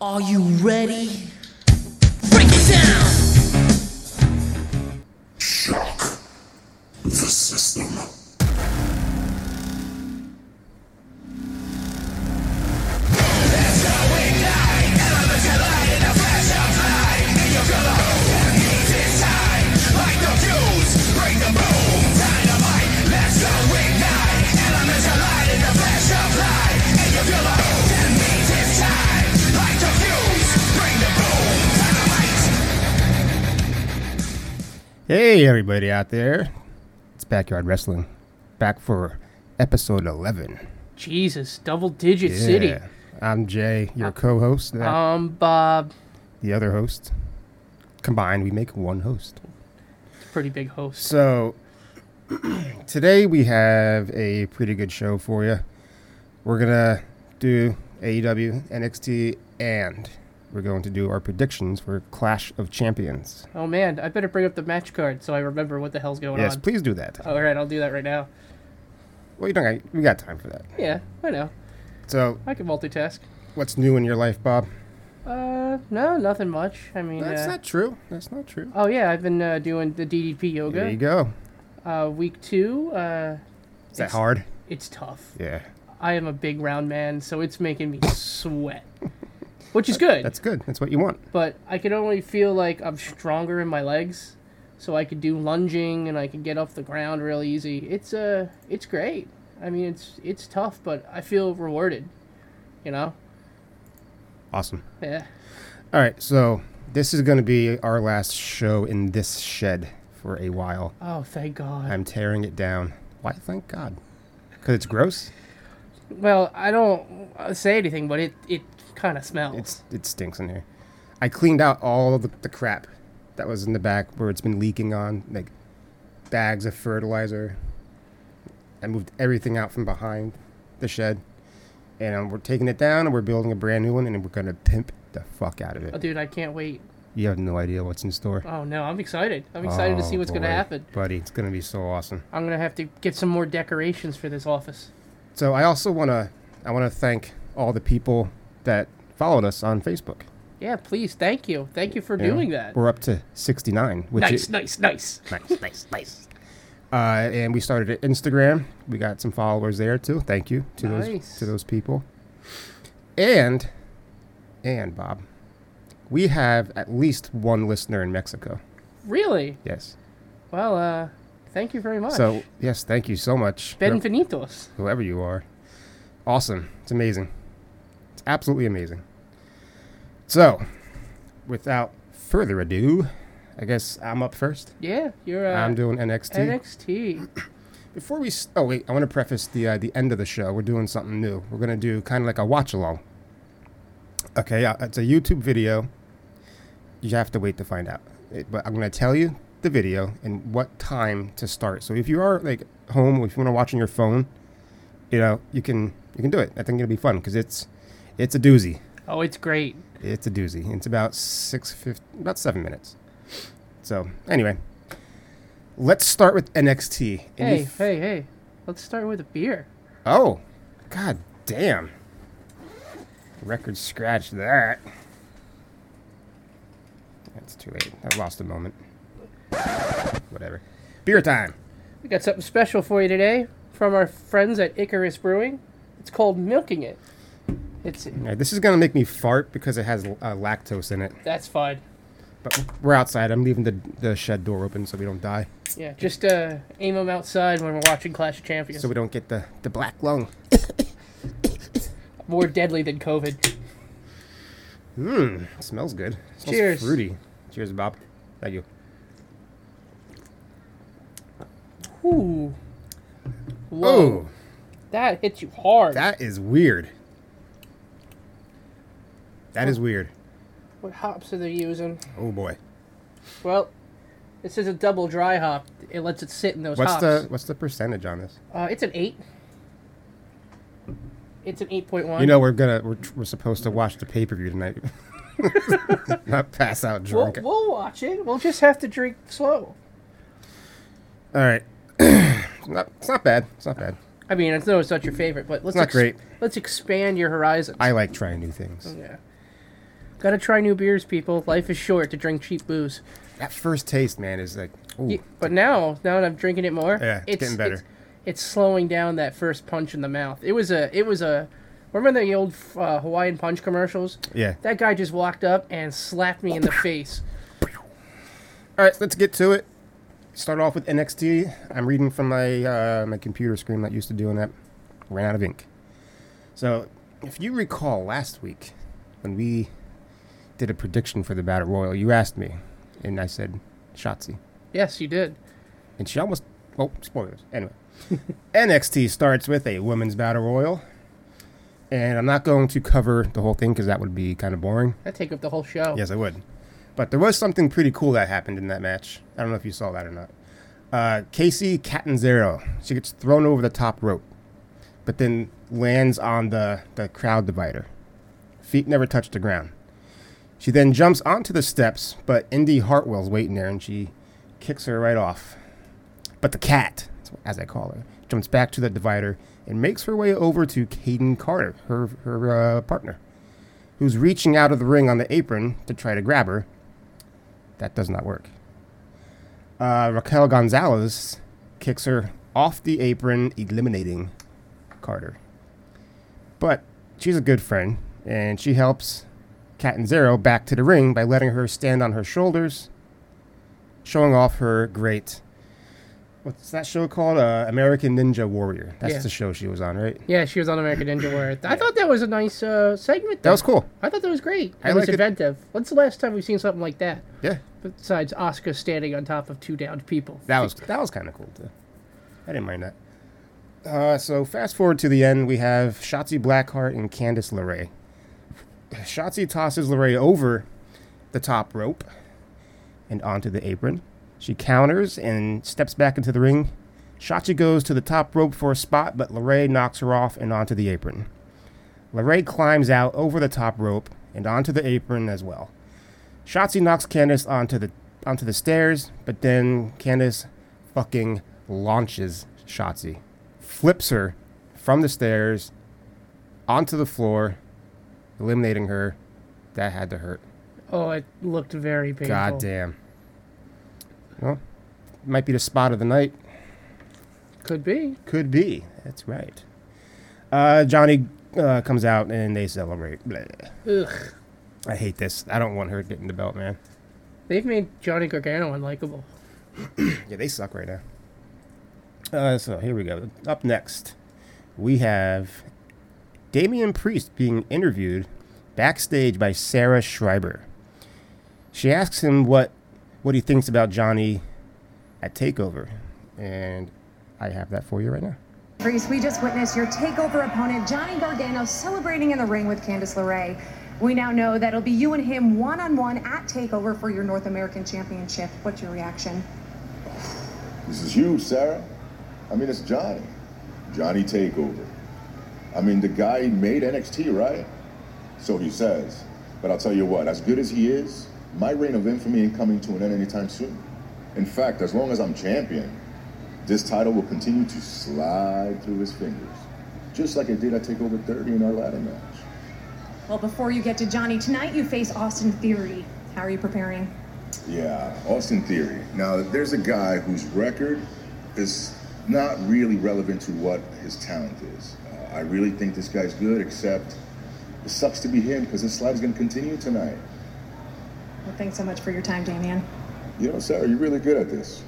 Are you ready? Break it down! Shock the system. Hey, everybody out there. It's Backyard Wrestling. Back for episode 11. Jesus, double digit city. I'm Jay, your co host, Um, Bob, the other host. Combined, we make one host. pretty big host. So, today we have a pretty good show for you. We're going to do E AEW, NXT, and we're going to do our predictions for Clash of Champions. Oh man, I better bring up the match card so I remember what the hell's going Yes, on. please do that. All right, I'll do that right now. Well, you don't got, we got time for that. Yeah, I know. So, I can multitask. what's new in your life, Bob? Uh, no, nothing much. I mean, That's uh, not true. That's not true. oh yeah, I've been uh, doing the DDP There you yoga. go. Uh, week two. Uh, Is that It's- hard? it's tough. Yeah. I am a big round man, so it's making me sweat, which is good. That's good. That's what you want. but I could only feel like I'm stronger in my legs, so I could do lunging and I could get off the ground really easy. It's uh, it's great. I mean, it's it's tough, but I feel rewarded. You know? Awesome. Yeah. All right. So this is going to be our last show in this shed for a while. Oh, thank God. I'm tearing it down. Why? Thank God. Because it's gross. well, I don't uh, say anything, but it it kind of smells. It's it stinks in here. I cleaned out all the, the crap that was in the back where it's been leaking on, like bags of fertilizer. I moved everything out from behind the shed, and um, we're taking it down and we're building a brand new one, and we're gonna pimp the fuck out of oh, it. dude, I can't wait. You have no idea what's in store. Oh no, I'm excited. I'm excited to Oh, see what's gonna boy. happen. buddy. It's gonna be so awesome. I'm gonna have to get some more decorations for this office. So I also wanna I wanna thank all the people that followed us on Facebook. Yeah, please, thank you, thank you for you know? doing that. We're up to 69, which Nice, is nice, nice. nice, nice, nice. Uh, and we started at Instagram. We got some followers there too. Thank you to those Nice. to those people. And and Bob, we have at least one listener in Mexico. Really? Yes. Well, uh, thank you very much. So yes, thank you so much. Benvenitos. whoever you are. Awesome. It's amazing. It's absolutely amazing. So, without further ado, I guess I'm up first. Yeah, you're uh, I'm doing NXT. NXT. Before we, s- oh wait, I want to preface the uh, the end of the show. We're doing something new. We're gonna do kind of like a watch along. Okay, uh, it's a YouTube video. You have to wait to find out, It- but I'm gonna tell you the video and what time to start. So if you are like home, if you want to watch on your phone, you know you can you can do it. I think it'll be fun because it's it's a doozy. Oh, it's great. It's a doozy. It's about six fifty, about seven minutes. So anyway, let's start with NXT. And you Hey, hey, hey. Let's start with a beer. Oh, god damn. Record scratch that. That's too late. I lost a moment. Whatever. Beer time. We got something special for you today from our friends at Icarus Brewing. It's called Milking It. It's All right, this is gonna make me fart because it has uh, lactose in it. that's fine. But we're outside. I'm leaving the, the shed door open so we don't die, Yeah, just uh, aim them outside when we're watching Clash of Champions. so we don't get the, the black lung. More deadly than COVID. Mmm, smells good. Smells Cheers. Fruity. Cheers, Bob. Thank you. Ooh. Whoa, Oh, that hits you hard. that is weird. That is weird. What hops are they using? Oh boy. Well, this is a double dry hop. It lets it sit in those What's hops. the what's the percentage on this? Uh, it's an eight. It's an eight point one. You know we're gonna we're, tr- we're supposed to watch the pay per view tonight, not pass out we'll, drunk. we'll watch it. We'll just have to drink slow. All right, it's, not, it's not bad. It's not bad. I mean, I know it's not your favorite, but let's not great. Let's expand your horizons. Oh, I like trying new things. yeah. Gotta try new beers, people. Life is short to drink cheap booze. That first taste, man, is like, ooh, Ye- But now, now that I'm drinking it more, Yeah, it's getting better. It's, it's slowing down that first punch in the mouth. It was a, it was a. Remember the old uh, Hawaiian Punch commercials? yeah. That guy just walked up and slapped me in the face. All right, let's get to it. Start off with NXT. I'm reading from my uh, my computer screen that used to doing that. Ran out of ink. So, if you recall last week when we did a prediction for the Battle Royal, you asked me, and I said Shotzi, Yes, you did. and she almost. Oh, spoilers. Anyway, NXT starts with a women's Battle Royal, and I'm not going to cover the whole thing because that would be kind of boring. That take up the whole show. Yes, I would. But there was something pretty cool that happened in that match. I don't know if you saw that or not. Uh, Casey Catanzaro, she gets thrown over the top rope, but then lands on the, the crowd divider. Feet never touch the ground. She then jumps onto the steps, but Indy Hartwell's waiting there, and she kicks her right off. But the cat, as I call her, jumps back to the divider and makes her way over to Caden Carter, her, her uh, partner who's reaching out of the ring on the apron to try to grab her. That does not work. Uh, Raquel Gonzalez kicks her off the apron, eliminating Carter. But she's a good friend, and she helps Catanzaro back to the ring by letting her stand on her shoulders, showing off her great. What's that show called? Uh, American Ninja Warrior. That's Yeah. the show she was on, right? Yeah, she was on American Ninja Warrior. I thought that was a nice uh, segment. That though. was cool. I thought that was great. I It was like it. inventive. When's the last time we've seen something like that? Yeah. Besides Oscar standing on top of two downed people. That was that was kind of cool too. I didn't mind that. Uh, so fast forward to the end, we have Shotzi Blackheart and Candice LeRae. Shotzi tosses LeRae over the top rope and onto the apron. She counters and steps back into the ring. Shotzi goes to the top rope for a spot, but LeRae knocks her off and onto the apron. LeRae climbs out over the top rope and onto the apron as well. Shotzi knocks Candace onto the onto the stairs, but then Candace fucking launches Shotzi, flips her from the stairs onto the floor, eliminating her. That had to hurt. Oh, it looked very painful. God damn. Well, might be the spot of the night. Could be. Could be. That's right. Uh, Johnny uh, comes out and they celebrate. Blah. Ugh. I hate this. I don't want her getting the belt, man. They've made Johnny Gargano unlikable. Yeah, they suck right now. Uh, so here we go. Up next, we have Damian Priest being interviewed backstage by Sarah Schreiber. She asks him what what he thinks about Johnny at Takeover, and I have that for you right now. Priest, we just witnessed your takeover opponent, Johnny Gargano, celebrating in the ring with Candice LeRae. We now know that it'll be you and him one on one at takeover for your North American Championship. What's your reaction? This is huge, Sarah. I mean, it's Johnny. Johnny Takeover. I mean, the guy made NXT, right? So he says. But I'll tell you what, as good as he is, my reign of infamy ain't coming to an end anytime soon. In fact, as long as I'm champion, this title will continue to slide through his fingers, just like it did at Takeover 30 in our ladder match. Well, before you get to Johnny tonight, you face Austin Theory. How are you preparing? Yeah, Austin Theory. Now, there's a guy whose record is not really relevant to what his talent is. Uh, I really think this guy's good, except it sucks to be him because this slide's going to continue tonight. Well, thanks so much for your time, Damian. You know, Sarah, you're really good at this.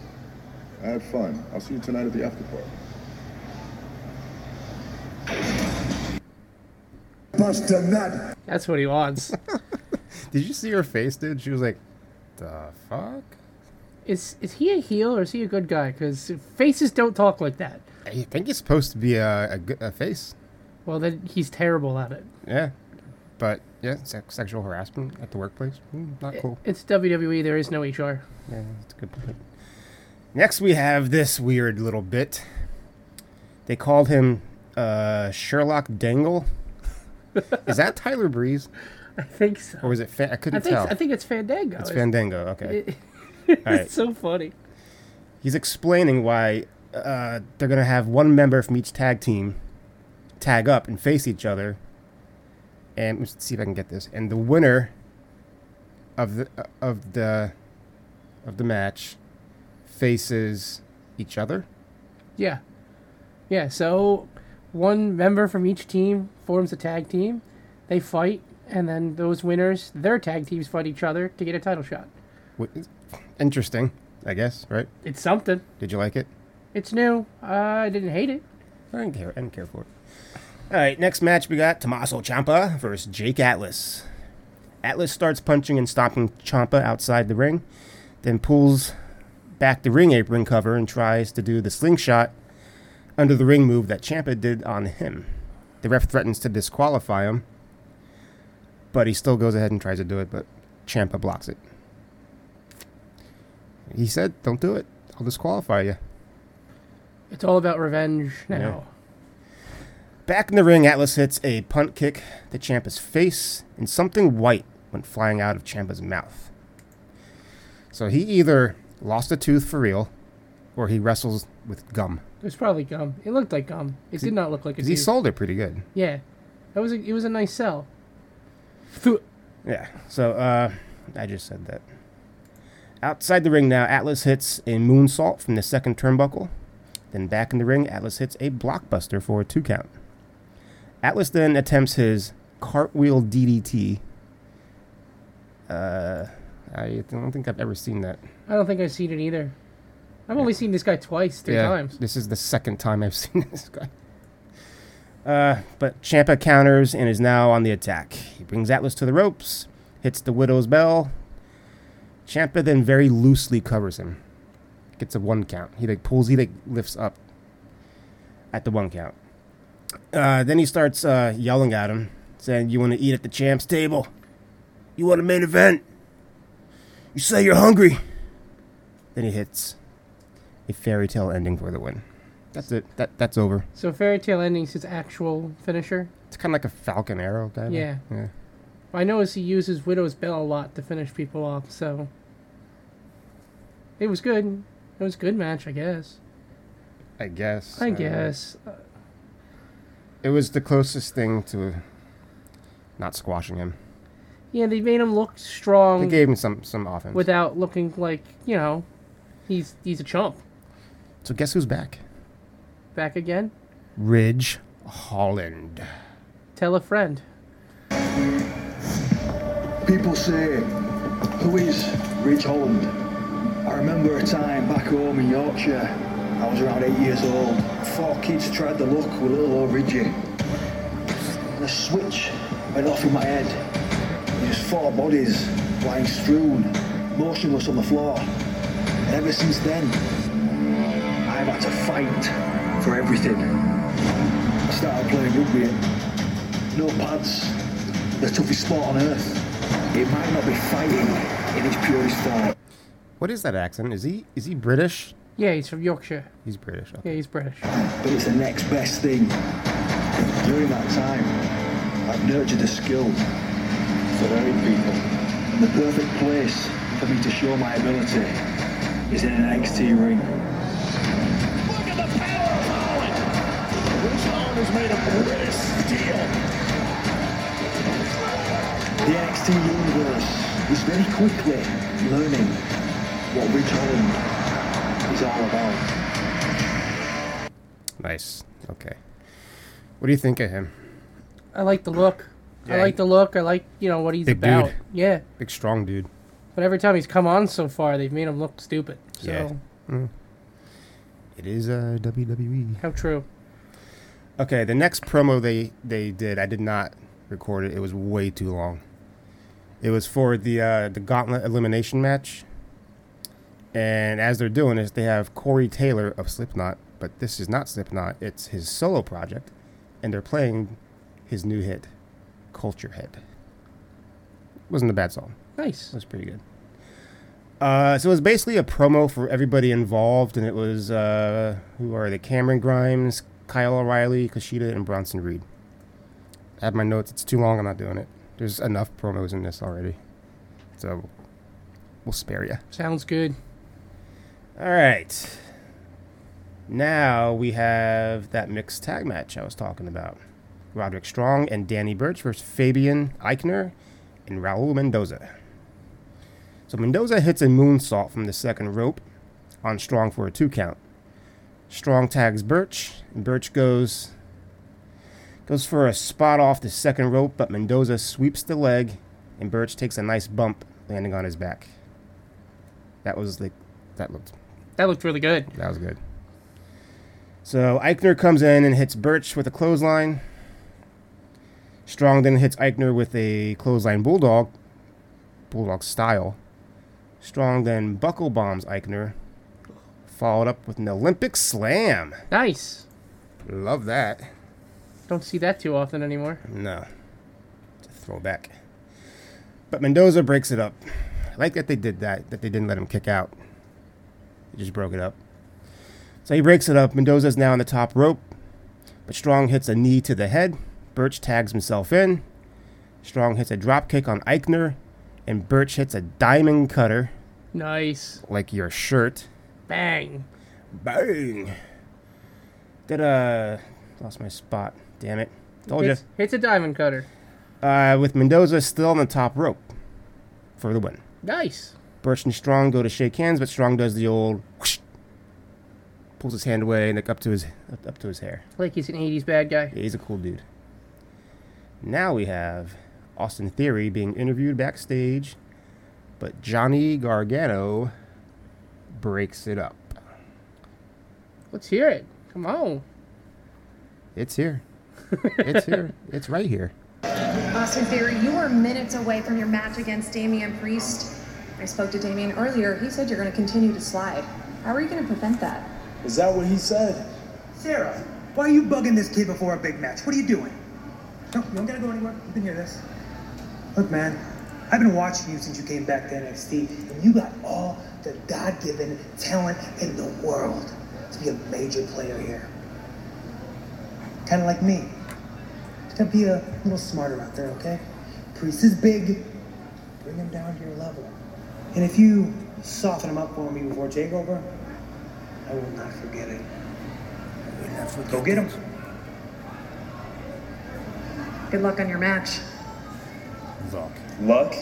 I had fun. I'll see you tonight at the after party. Bust a nut. That's what he wants. Did you see her face, dude? She was like, "The fuck." is is he a heel or is he a good guy? Because faces don't talk like that. I think he's supposed to be a, a, good- a face. Well, then he's terrible at it. Yeah, but yeah, sex, sexual harassment at the workplace, Mm, not cool. It's WWE. There is no HR. Yeah, that's a good point. Next, we have this weird little bit. They called him uh, Sherlock Dangle. Is that Tyler Breeze I think so. or was it? Fa- I couldn't I think tell. I think it's Fandango. It's- it's Fandango. Okay, it- all right. it's so funny. He's explaining why uh, they're gonna have one member from each tag team tag up and face each other, and let's see if I can get this. And the winner of the of the of the match faces each other. Yeah. Yeah, so one member from each team forms a tag team. They fight, and then those winners, their tag teams fight each other to get a title shot. Wh- Interesting, I guess. Right? It's something. Did you like it? It's new. I didn't hate it. I didn't care. I didn't care for it. All right, next match we got Tommaso Ciampa versus Jake Atlas. Atlas starts punching and stomping Ciampa outside the ring, then pulls back the ring apron cover and tries to do the slingshot under the ring move that Ciampa did on him. The ref threatens to disqualify him, but he still goes ahead and tries to do it, but Ciampa blocks it. He said, Don't do it. I'll disqualify you. It's all about revenge now. Back in the ring, Atlas hits a punt kick to Champa's face, and something white went flying out of Champa's mouth. So he either lost a tooth for real, or he wrestles with gum. It was probably gum. It looked like gum. It did not look like a 'Cause he tooth. sold it pretty good. Yeah, that was a, it. Was a nice sell. Phew. Yeah. So uh, I just said that. Outside the ring now, Atlas hits a moonsault from the second turnbuckle. Then back in the ring, Atlas hits a blockbuster for a two count. Atlas then attempts his cartwheel DDT. Uh, I don't think I've ever seen that. I don't think I've seen it either. I've only seen this guy twice, three times. This is the second time I've seen this guy. Uh, but Champa counters and is now on the attack. He brings Atlas to the ropes, hits the widow's bell. Champa then very loosely covers him. Gets a one count. He like pulls, he like lifts up at the one count. Uh, then he starts uh, yelling at him, saying, "You want to eat at the champ's table? You want a main event? You say you're hungry?" Then he hits a fairy tale ending for the win. That's it. That that's over. So fairy tale endings his actual finisher. It's kind of like a falcon arrow. Kind of. Yeah. Yeah. I noticed he uses widow's bell a lot to finish people off. So it was good. It was a good match, I guess. I guess. I uh, guess. it was the closest thing to not squashing him. Yeah, they made him look They strong gave him some some offense. without looking like you know he's he's a chump. so guess who's back? Back again. Ridge Holland. Tell a friend. People say, who is Ridge Holland? I remember a time back home in Yorkshire. I was around eight years old. Four kids tried the luck with little old Ridgie. And a switch went off in my head. There's four bodies lying strewn, motionless on the floor. And ever since then, I've had to fight for everything. I started playing rugby no pads. The toughest sport on earth. It might not be fighting in its purest form. What is that accent? Is he is he British? Yeah, he's from Yorkshire. He's British. okay. Yeah, he's British. but it's the next best thing. During that time, I've nurtured a skill for very people. And the perfect place for me to show my ability is in an NXT ring. Look at the power of Holland. Rich Holland has made a British steel. The NXT universe is very quickly learning what Ridge Holland is all about. Nice. Okay. What do you think of him? I like the look. I Yeah, like he- the look. I like you know what he's Big dude. about. Yeah, Big strong dude. but every time he's come on so far, they've made him look stupid. So Yeah. Mm. It is uh, WWE. how true? Okay, the next promo they they did, I did not record it. It was way too long. It was for the uh, the Gauntlet elimination match, and as they're doing this, they have Corey Taylor of Slipknot, but this is not Slipknot. It's his solo project, and they're playing his new hit, Culture Head. Wasn't a bad song. Nice. That's pretty good. Uh, so it was basically a promo for everybody involved, and it was uh, who are they? Cameron Grimes, Kyle O'Reilly, Kushida, and Bronson Reed. I have my notes. It's too long. I'm not doing it. There's enough promos in this already, so we'll spare you. Sounds good. All right. Now we have that mixed tag match I was talking about. Roderick Strong and Danny Birch versus Fabian Eichner and Raul Mendoza. So Mendoza hits a moonsault from the second rope on Strong for a two count. Strong tags Birch. and Birch goes goes for a spot off the second rope, but Mendoza sweeps the leg, and Birch takes a nice bump, landing on his back. That was the that looked That looked really good. that was good. So Eichner comes in and hits Birch with a clothesline. Strong then hits Eichner with a clothesline bulldog, bulldog style. Strong then buckle bombs Eichner, followed up with an Olympic slam. Nice. Love that. Don't see that too often anymore. No, it's a throwback. But Mendoza breaks it up. I like that they did that. That they didn't let him kick out. They just broke it up. So he breaks it up. Mendoza's now on the top rope, but Strong hits a knee to the head. Birch tags himself in. Strong hits a drop kick on Eichner, and Birch hits a diamond cutter Nice. like your shirt. Bang. Bang. Did uh lost my spot. Damn it. Told you. Hits, hits a diamond cutter. uh, with Mendoza still on the top rope for the win. Nice. Birch and Strong go to shake hands, but Strong does the old whoosh, pulls his hand away and like up to his up, up to his hair. Like he's an 80s bad guy. Yeah, he's a cool dude. Now we have Austin Theory being interviewed backstage, but Johnny Gargano breaks it up. Let's hear it. Come on. It's here. It's here. It's right here. Austin Theory, you were minutes away from your match against Damian Priest. I spoke to Damian earlier. He said you're going to continue to slide. How are you going to prevent that? Is that what he said? Sarah, why are you bugging this kid before a big match? What are you doing? No, you don't gotta go anywhere. You can hear this. Look, man, I've been watching you since you came back to NXT, and you got all the God-given talent in the world to be a major player here. Kind of like me. Just gotta be a little smarter out there, okay? Priest is big. Bring him down to your level. And if you soften him up for me before takeover, I will not forget it. Go get him. Good luck on your match. Look. Luck?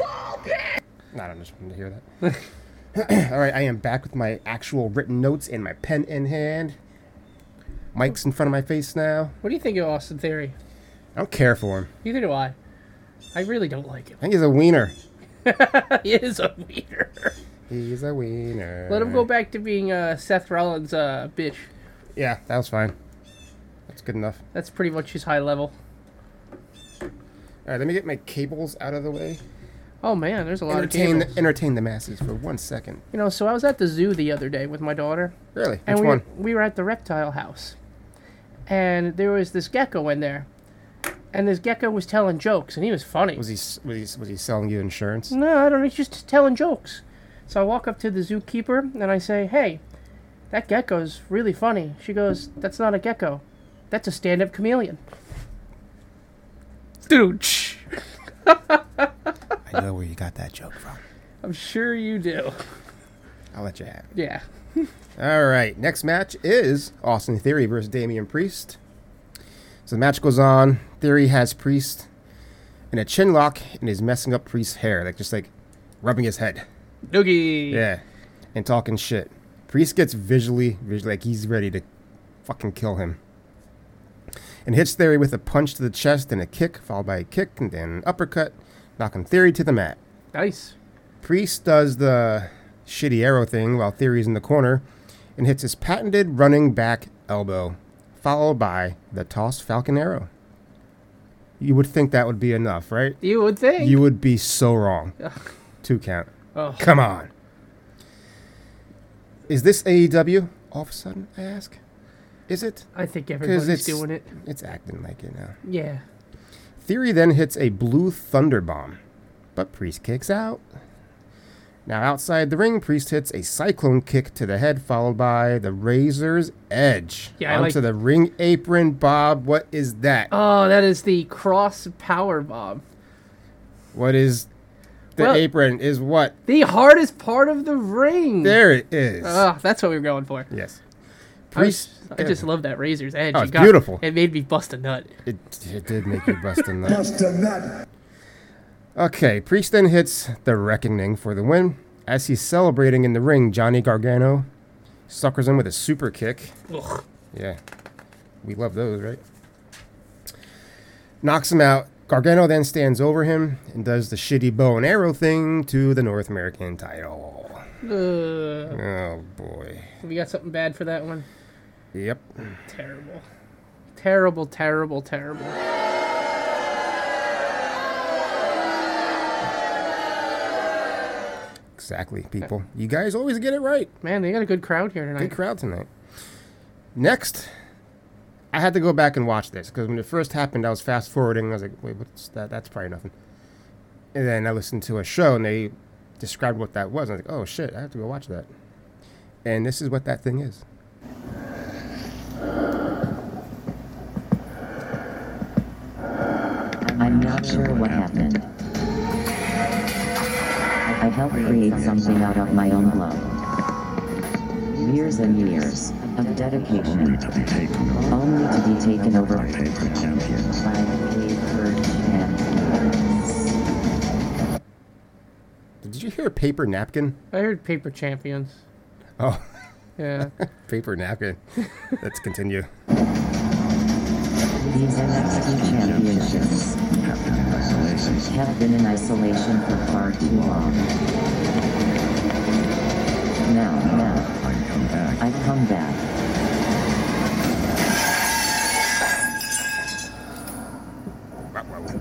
I don't just wanted to hear that. All right, I am back with my actual written notes and my pen in hand. Mike's in front of my face now. What do you think of Austin Theory? I don't care for him. Neither do I. I really don't like him. I think he's a wiener. he is a weirder. He's a wiener. Let him go back to being uh, Seth Rollins' uh, bitch. Yeah, that was fine. That's good enough. That's pretty much his high level. All right, let me get my cables out of the way. Oh man, there's a lot Entertain, of the, cables. entertain the masses for one second. You know, so I was at the zoo the other day with my daughter, Really? and Which we one? we were at the reptile house, and there was this gecko in there, and this gecko was telling jokes, and he was funny. Was he, s- was he s- was he selling you insurance? No, I don't. He's just telling jokes. So I walk up to the zookeeper and I say, "Hey, that gecko's really funny." She goes, "That's not a gecko. That's a stand-up chameleon." Dude, I know where you got that joke from. I'm sure you do. I'll let you have it. Yeah. All right, next match is Austin Theory versus Damian Priest. So the match goes on. Theory has Priest in a chin lock and is messing up Priest's hair, like just like rubbing his head. Noogie. Yeah, and talking shit. Priest gets visually, visually like he's ready to fucking kill him. And hits Theory with a punch to the chest and a kick, followed by a kick and then an uppercut, knocking Theory to the mat. Nice. Priest does the shitty arrow thing while Theory's in the corner and hits his patented running back elbow, followed by the tossed Falcon arrow. You would think that would be enough, right? You would think. You would be so wrong. Two count. Oh. Come on. Is this AEW? All of a sudden, I ask. Is it? I think Because everybody's it's doing it. It's acting like it now. Yeah. Theory then hits a blue thunder bomb, but Priest kicks out. Now outside the ring, Priest hits a cyclone kick to the head, followed by the razor's edge Yeah, I onto like- the ring apron. Bob, what is that? Oh, that is the cross power bomb. what is the Well- apron? Is what The hardest part of the ring. there it is. Ah, that's what we were going for. Yes. Priest. I, was- I just love that razor's edge. Oh, It it's beautiful. It made me bust a nut. It, it did make you bust a nut. Bust a nut. Okay, Priest then hits the Reckoning for the win. As he's celebrating in the ring, Johnny Gargano suckers him with a super kick. Ugh. Yeah, we love those, right? Knocks him out. Gargano then stands over him and does the shitty bow and arrow thing to the North American title. Uh, Oh boy. we got something bad for that one. Yep. Terrible. Terrible, terrible, terrible. Exactly, people. You guys always get it right. Man, they got a good crowd here tonight. Good crowd tonight. Next, I had to go back and watch this because when it first happened, I was fast forwarding. I was like, "Wait, what's that? That's probably nothing." And then I listened to a show and they described what that was. I was like, "Oh shit, I have to go watch that." And this is what that thing is. I'm not sure what happened. I helped create something out of my own blood. Years and years of dedication, only to be taken over by paper champions. Did you hear paper napkin? I heard Paper Champions. Oh, Yeah. paper napkin. Let's continue. These NXT championships have been in isolation for far too long. Now, now, I've come back.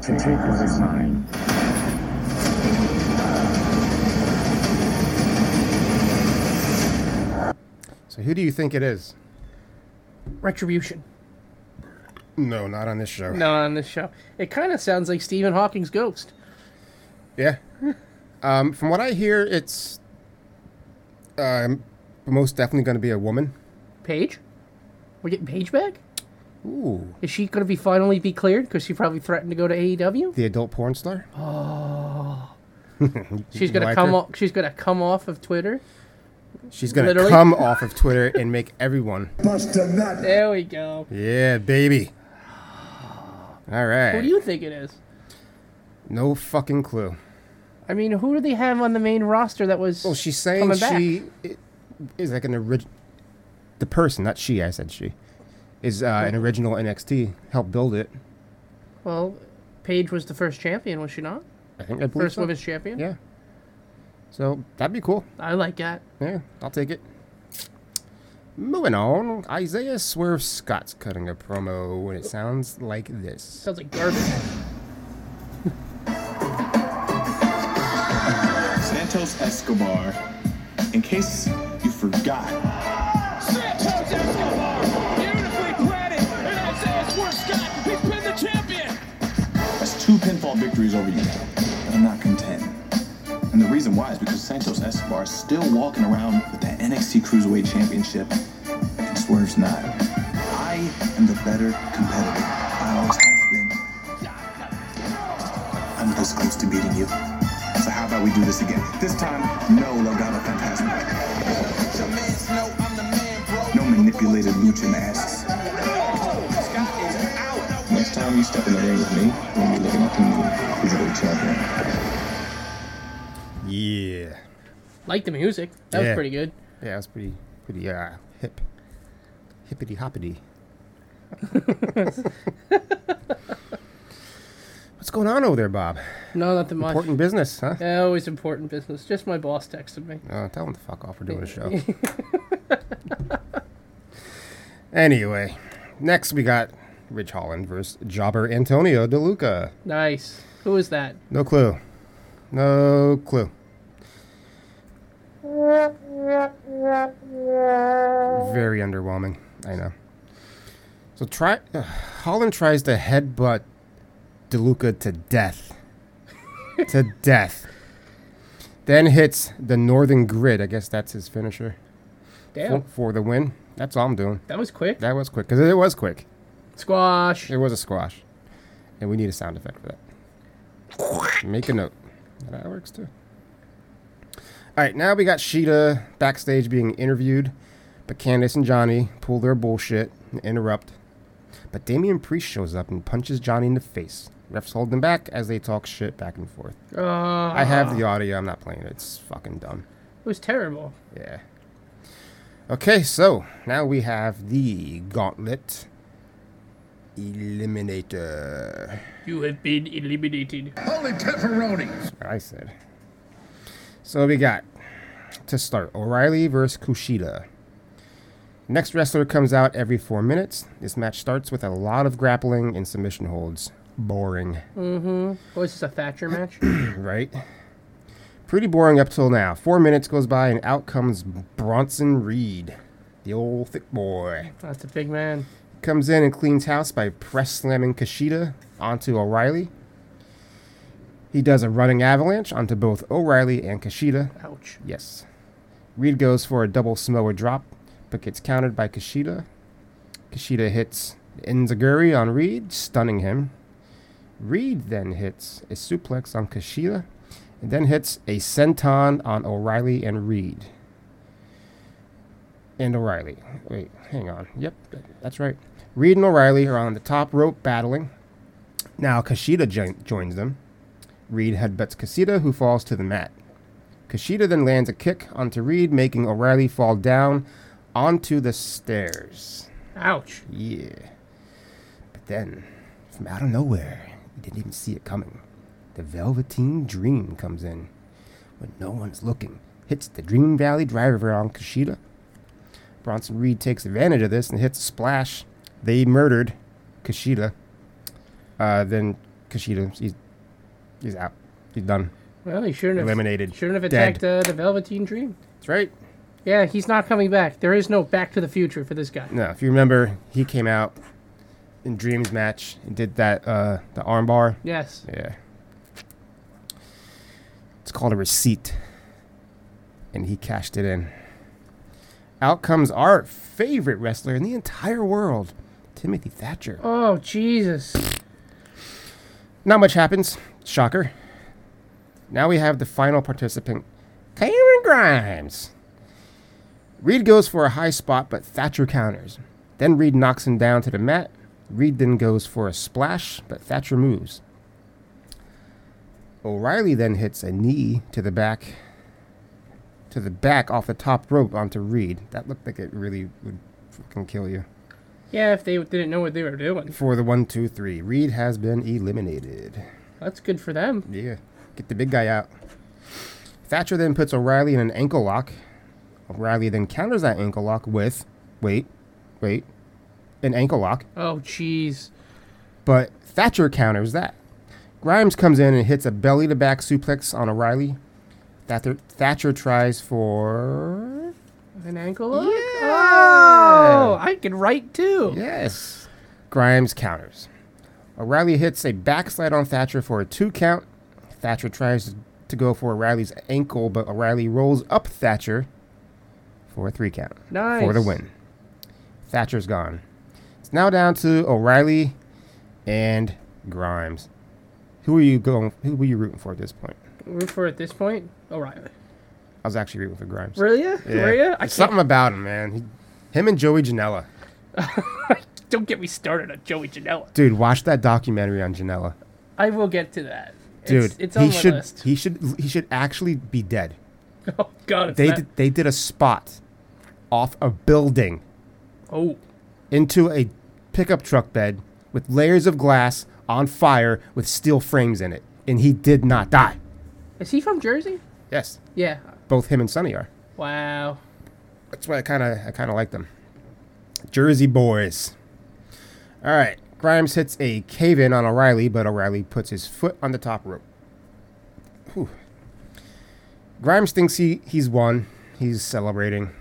To take what is mine. So, who do you think it is? Retribution. No, not on this show. No, on this show. It kind of sounds like Stephen Hawking's ghost. Yeah. Um, from what I hear, it's um, most definitely going to be a woman. Paige? We're getting Paige back? Ooh, Is she going to be finally be cleared? Because she probably threatened to E go to AEW. the adult porn star. She's going to like come her? off. She's going to come off of Twitter. She's gonna Literally? come off of Twitter and make everyone. Bust a nut. There we go. Yeah, baby. All right. Who do you think it is? no fucking clue. I mean, who do they have on the main roster that was? Well, she's saying coming back? she i- is like an original. The person, not she. I said she is uh, an original NXT. Helped build it. Well, Paige was the first champion, was she not? I think I believe First so. women's champion. Yeah. So that'd be cool. I like that. Yeah, I'll take it. Moving on, Isaiah Swerve Scott's cutting a promo, and it sounds like this. Sounds like garbage. Santos Escobar. In case you forgot, Santos Escobar, beautifully planted, and Isaiah Swerve Scott, he's been the champion. that's two pinfall victories over you. But I'm not content. And the reason why is because Santos Escobar is still walking around with that NXT Cruiserweight Championship, and Swerve's not. I am the better competitor. I always have been. I'm this close to beating you. So how about we do this again? This time, no Legado Fantasma. No manipulated lucha masks. Next time you step in the ring with me, we'll be looking at the new Cruiserweight Champion. Yeah. Like the music. That was Yeah. pretty good. Yeah, that's pretty, pretty uh, hip. Hippity hoppity. What's going on over there, Bob? No, not that much. Important business, huh? Yeah, always important business. Just my boss texted me. Oh, tell him to fuck off. We're doing a show. anyway, next we got Ridge Holland versus Jobber Antonio DeLuca. Nice. Who is that? No clue. No clue. Very underwhelming. I know. So try Holland tries to headbutt DeLuca to death. to death. Then hits the Northern Grid. I guess that's his finisher Damn. for, for the win. That's all I'm doing. That was quick. That was quick because it was quick. Squash. It was a squash. And we need a sound effect for that. Make a note. That works too. All right, now we got Sheeta backstage being interviewed But Candice and Johnny pull their bullshit and interrupt. But Damian Priest shows up and punches Johnny in the face. Refs hold them back as they talk shit back and forth. Ah. I have the audio. I'm not playing it. It's fucking dumb. It was terrible. Yeah. Okay, so now we have the gauntlet eliminator. You have been eliminated. Holy pepperoni! That's what I said. So we got to start O'Reilly versus Kushida. Next wrestler comes out every four minutes. This match starts with a lot of grappling and submission holds. Boring, Mm-hmm. Was this a Thatcher match? right? Pretty boring up till now. Four minutes goes by and out comes Bronson Reed, the old thick boy. That's a big man. comes in and cleans house by press slamming Kushida onto O'Reilly. He does a running avalanche onto both O'Reilly and Kushida. Ouch. Yes. Reed goes for a double Samoa drop, but gets countered by Kushida. Kushida hits Enziguri on Reed, stunning him. Reed then hits a suplex on Kushida, and then hits a senton on O'Reilly and Reed. And O'Reilly. Wait, hang on. Yep, that- that's right. Reed and O'Reilly are on the top rope battling. Now Kushida jo- joins them. Reed headbutts Kushida, who falls to the mat. Kushida then lands a kick onto Reed, making O'Reilly fall down onto the stairs. Ouch. Yeah. But then, from out of nowhere, we didn't even see it coming. The Velveteen Dream comes in. When no one's looking, hits the Dream Valley driver on Kushida. Bronson Reed takes advantage of this and hits a splash. They murdered Kushida. Uh, then Kushida, he's, he's out. He's done. Well, he shouldn't have Eliminated. Shouldn't have Dead. attacked uh, the Velveteen Dream. That's right. Yeah, he's not coming back. There is no Back to the Future for this guy. No, if you remember, he came out in Dream's match and did that uh, the armbar. Yes. Yeah. It's called a receipt. And he cashed it in. Out comes our favorite wrestler in the entire world, Timothy Thatcher. Oh Jesus. Not much happens. Shocker. Now we have the final participant, Cameron Grimes. Reed goes for a high spot, but Thatcher counters. Then Reed knocks him down to the mat. Reed then goes for a splash, but Thatcher moves. O'Reilly then hits a knee to the back, to the back off the top rope onto Reed. That looked like it really would fucking kill you. Yeah, if they didn't know what they were doing, For the one, two, three, Reed has been eliminated. that's good for them. Yeah, get the big guy out. Thatcher then puts O'Reilly in an ankle lock. O'Reilly then counters that ankle lock with, wait, wait, an ankle lock. Oh jeez. But Thatcher counters that. Grimes comes in and hits a belly to back suplex on O'Reilly. Thatcher, Thatcher tries for. An ankle lock. Oh, I can write too. Yes. Grimes counters. O'Reilly hits a backslide on Thatcher for a two count. Thatcher tries to go for O'Reilly's ankle, but O'Reilly rolls up Thatcher for a three count. For the Nice. win. Thatcher's gone. It's now down to O'Reilly and Grimes. Who are you going who were you rooting for at this point? Root for at this point. O'Reilly. I was actually rooting for Grimes. Were ya? Were ya? I can't- Something about him, man. He- him and Joey Janela. Don't get me started on Joey Janela. Dude, watch that documentary on Janela. I will get to that. Dude, it's, it's on he my should list. he should he should actually be dead. oh God, it's They not- did, they did a spot off a building Oh, into a pickup truck bed with layers of glass on fire with steel frames in it, and he did not die. is he from Jersey? Yes, Yeah. both him and Sonny are. Wow. That's why I kind of I kind of like them. Jersey boys. All right, Grimes hits a cave in on O'Reilly, but O'Reilly puts his foot on the top rope. Whew. Grimes thinks he, he's won. He's celebrating.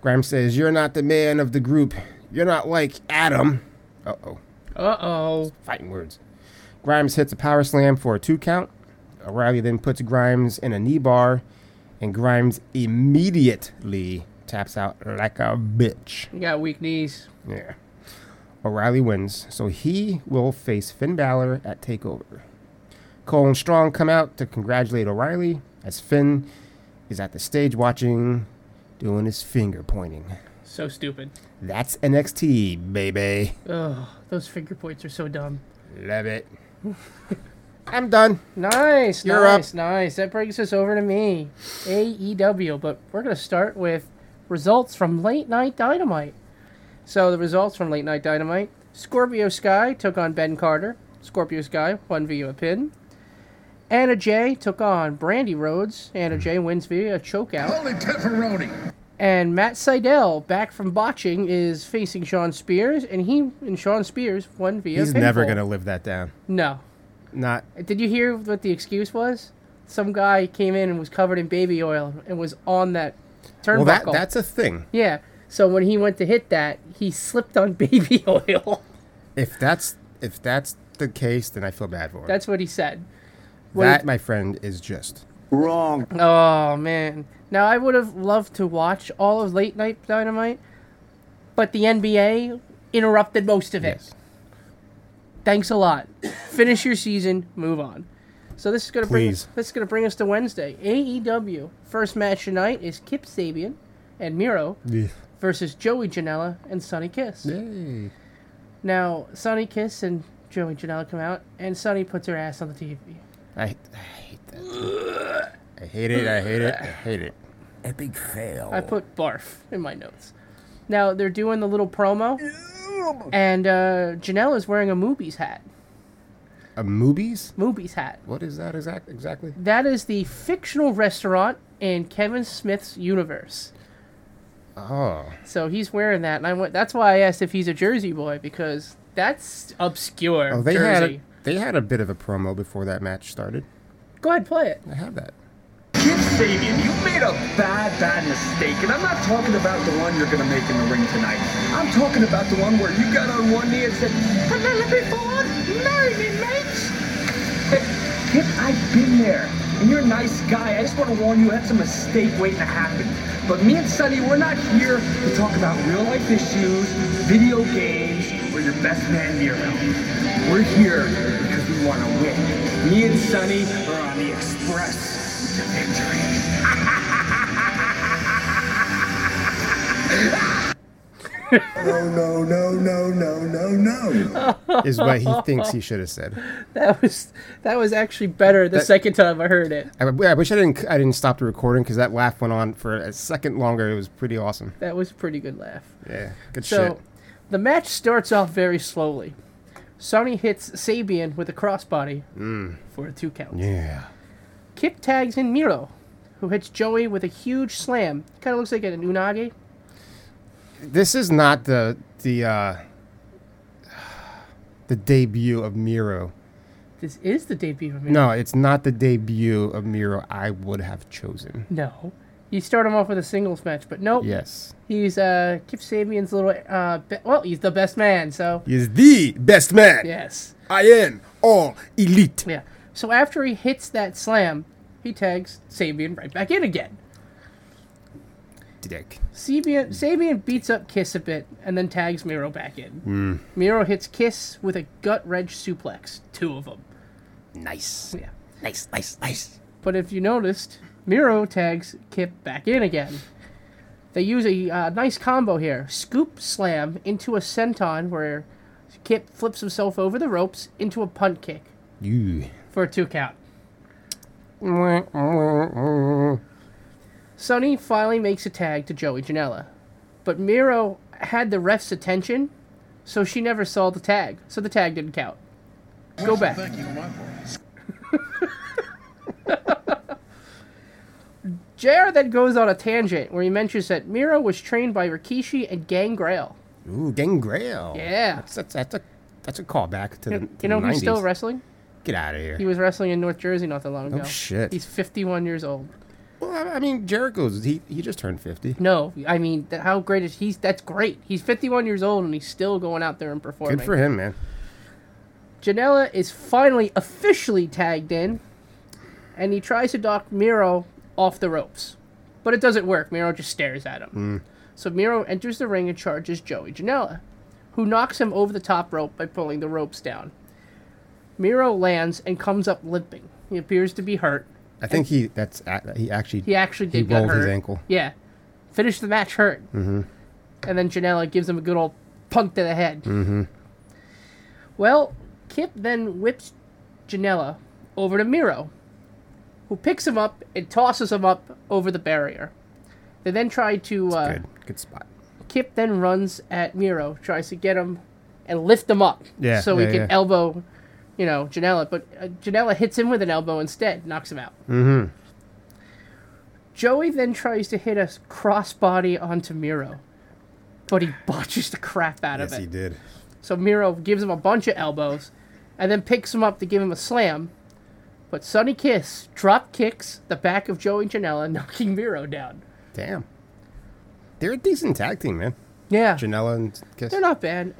Grimes says, "You're not the man of the group. You're not like Adam." Uh oh Uh oh. fighting words. Grimes hits a power slam for a two count. O'Reilly then puts Grimes in a knee bar, and Grimes immediately taps out like a bitch. You got weak knees. Yeah. O'Reilly wins, so he will face Finn Balor at TakeOver. Cole and Strong come out to congratulate O'Reilly as Finn is at the stage watching doing his finger pointing. So stupid. That's NXT, baby. Ugh, those finger points are so dumb. Love it. I'm done. Nice, You're up. nice, nice. That brings us over to me, AEW. But we're going to start with results from Late Night Dynamite. So the results from Late Night Dynamite: Scorpio Sky took on Ben Carter. Scorpio Sky won via a pin. Anna Jay took on Brandy Rhodes. Anna Jay wins via a chokeout. Holy pepperoni! And Matt Seidel, back from botching, is facing Sean Spears, and he and Sean Spears won via. He's never pinfall. gonna live that down. No, Not Did you hear what the excuse was? Some guy came in and was covered in baby oil and was on that turnbuckle. well. That that's a thing. yeah. So when he went to hit that, he slipped on baby oil. If that's if that's the case, then I feel bad for him. That's what he said. what that, he- my friend, is just Wrong. Oh man. Now I would have loved to watch all of late night Dynamite, but the NBA interrupted most of it. yes. Thanks a lot. Finish your season. Move on. So this is gonna bring Please. this is gonna bring us to Wednesday. AEW first match tonight is Kip Sabian and Miro versus Joey Janela and Sonny Kiss. Yay. Now Sonny Kiss and Joey Janela come out, and Sonny puts her ass on the TV. I, I hate that. I hate it. I hate it. I hate it. Epic fail. I put barf in my notes. Now they're doing the little promo, and uh, Janela is wearing a Moobies hat. A Uh, movies? Moobies hat. What is that exact exactly? That is the fictional restaurant in Kevin Smith's universe. Oh, So he's wearing that, and I went. That's why I asked if he's a Jersey boy because that's obscure. oh, they had Jersey. a, they had a bit of a promo before that match started. Go ahead, play it. I have that. Kid Sabian, you made a bad, bad mistake, and I'm not talking about the one you're gonna make in the ring tonight. I'm talking about the one where you got on one knee and said, Penelope Ford, marry me, mate! Kip, I've been there, and you're a nice guy. I just want to warn you, that's a mistake waiting to happen. But me and Sonny, we're not here to talk about real life issues, video games, or your best man Nero. We're here because we want to win. Me and Sonny are on the express to victory. No, no, no, no, no, no, no. Is what he thinks he should have said. That was that was actually better the second time I heard it. I, I wish I didn't I didn't stop the recording because that laugh went on for a second longer. It was pretty awesome. That was a pretty good laugh. Yeah, good So shit. the match starts off very slowly. Sonny hits Sabian with a crossbody for a two count. Mm. Yeah. Kip tags in Miro, who hits Joey with a huge slam. Kind of looks like an unagi. This is not the the uh, the debut of Miro. This is the debut of Miro. No, it's not the debut of Miro I would have chosen. No. You start him off with a singles match, but nope. Yes. He's uh, Kip Sabian's little. Uh, be- well, he's the best man, so. He is the best man. Yes. I am all elite. Yeah. So after he hits that slam, he tags Sabian right back in again. Dick. Sabian, Sabian beats up Kiss a bit and then tags Miro back in. Hmm. Miro hits Kiss with a gut wrench suplex, two of them. Nice. Yeah. Nice, nice, nice. But if you noticed, Miro tags Kip back in again. They use a uh, nice combo here scoop slam into a senton where Kip flips himself over the ropes into a punt kick You. for a two count. Sonny finally makes a tag to Joey Janela, but Miro had the ref's attention, so she never saw the tag, so the tag didn't count. Go back. Thank you on my part. JR then goes on a tangent where he mentions that Miro was trained by Rikishi and Gangrel. Ooh, Gangrel. Yeah. That's, that's, that's a that's a callback to the You, to you know the who's still 90s. wrestling? Get out of here. Oh, He was wrestling in North Jersey not that long ago. shit. He's 51 years old. well, I- I mean, Jericho's he he just turned fifty. No, I mean, th- how great is he's? That's great. He's 51 years old and he's still going out there and performing. Good for him, man. Janela is finally officially tagged in, and he tries to dock Miro off the ropes. But it doesn't work. Miro just stares at Hmm. him. So Miro enters the ring and charges Joey Janela, who knocks him over the top rope by pulling the ropes down. Miro lands and comes up limping. He appears to be hurt. I think he that's a- he actually He actually did he get rolled hurt. his ankle. Yeah. Finish the match hurt. Mm-hmm. And then Janela gives him a good old punk to the head. Mm-hmm. Well, Kip then whips Janela over to Miro, who picks him up and tosses him up over the barrier. They then try to. Uh, Good. Good spot. Kip then runs at Miro, tries to get him and lift him up Yeah, so he yeah, can yeah. elbow, you know, Janela. But uh, Janela hits him with an elbow instead, knocks him out. Mm-hmm. Joey then tries to hit a s- crossbody onto Miro, but he botches the crap out of it. did. So Miro gives him a bunch of elbows and then picks him up to give him a slam. But Sonny Kiss drop kicks the back of Joey Janela, knocking Miro down. Damn. They're a decent tag team, man. Yeah. Janela and Kiss. They're not bad.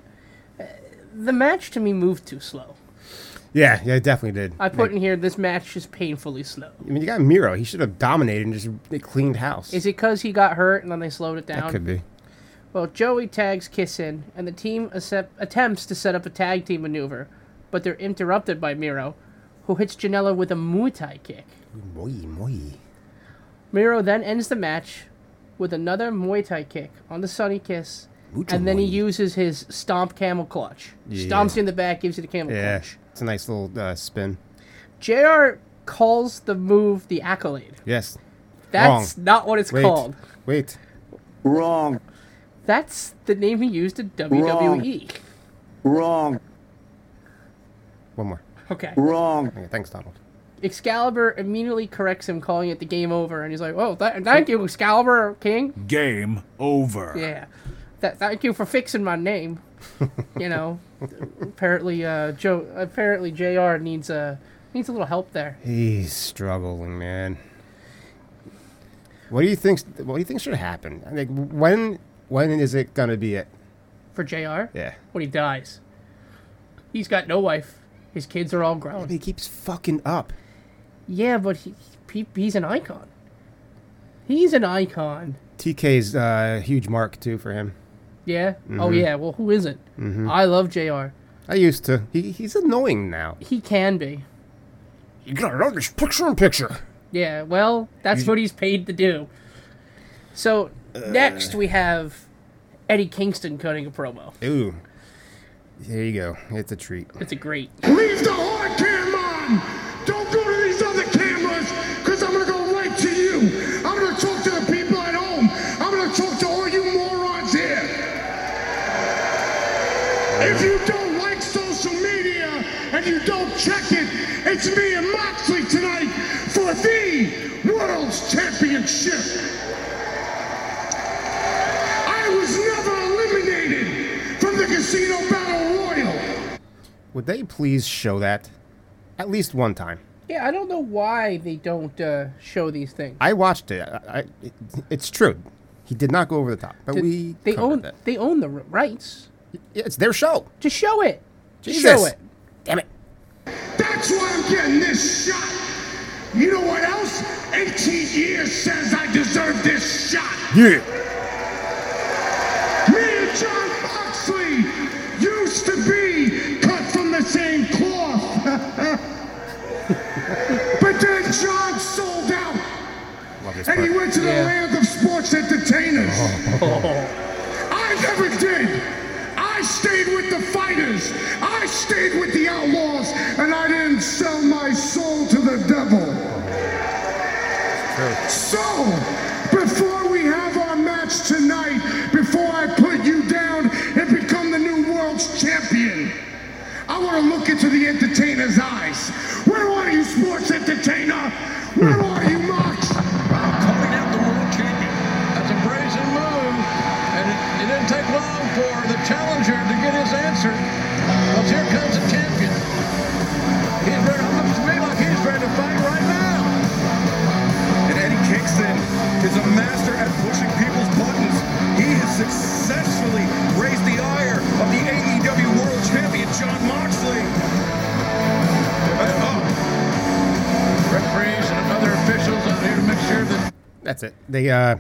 Uh, The match to me moved too slow. Yeah, yeah, it definitely did. I put in here this match is painfully slow. I mean, you got Miro. He should have dominated and just cleaned house. Is it because he got hurt and then they slowed it down? That could be. Well, Joey tags Kiss in, and the team accept- attempts to set up a tag team maneuver, but they're interrupted by Miro, who hits Janela with a Muay Thai kick. Moi, moi. Miro then ends the match with another Muay Thai kick on the Sunny Kiss, Mucho and then he Muay. uses his stomp camel clutch. Yeah. Stomps you in the back, gives you the camel Yeah, clutch. it's a nice little uh, spin. JR calls the move the accolade. Yes. That's Wrong. not what it's Wait. called. Wait. Wrong. That's the name he used in E. WWE. Wrong. One more. Okay. Wrong. Okay, thanks, Donald. Excalibur immediately corrects him, calling it the game over, and he's like, "Oh, th- thank you, Excalibur King. Game over. Yeah, Th- thank you for fixing my name." you know, apparently, uh, Joe, apparently Jr. needs a needs a little help there. He's struggling, man. What do you think? What do you think should happen? Like, when when is it gonna be it? for JR Yeah. when he dies. He's got no wife. His kids are all grown. He keeps fucking up. Yeah, but he, he he's an icon. He's an icon. TK's uh, huge mark too for him. Yeah. Mm-hmm. Oh yeah. Well, who isn't? I love JR. I used to. He, he's annoying now. He can be. You gotta run this picture in picture. Yeah. Well, that's what he's paid to do. So Uh. next we have Eddie Kingston cutting a promo. Ooh. Here you go. It's a treat. It's a great. Leave the hard cam on. Don't go to these other cameras, because I'm going to go right to you. I'm going to talk to the people at home. I'm going to talk to all you morons here. If you don't like social media and you don't check it, it's me and Moxley tonight for the World's Championship. I was never eliminated from the Casino Battle Royal. Would they please show that at least one time? Yeah, I don't know why they don't uh, show these things. I watched it. I, I, it it's true. He did not go over the top, but we they covered own that. they own the r- rights. Yeah, It's their show. Just show it. Just Jesus. show it. Damn it. That's why I'm getting this shot. You know what else? 18 years says I deserve this shot. Yeah. Me and John Moxley used to be cut from the same cloth. but then John sold out Love this and he part. went to the Yeah. land of sports entertainers. I never did. I stayed with the fighters. I stayed with the outlaws, and I didn't sell my soul to the devil. So, before we have our match tonight, before I put you down and become the new world's champion, I want to look into the entertainer's eyes. Where are you, sports entertainer? Where are you, Mox? I'm calling out the world champion. That's a brazen move, and it, it didn't take long for the challenger to get his answer. Because here comes the champion. He's ready. It looks to me like he's ready to fight right now. And Eddie Kingston is a master at pushing people's buttons. He has successfully raised the ire of the E AEW World Champion, John Moxley. And, oh, Referees and other officials out here to make sure that That's it. They uh,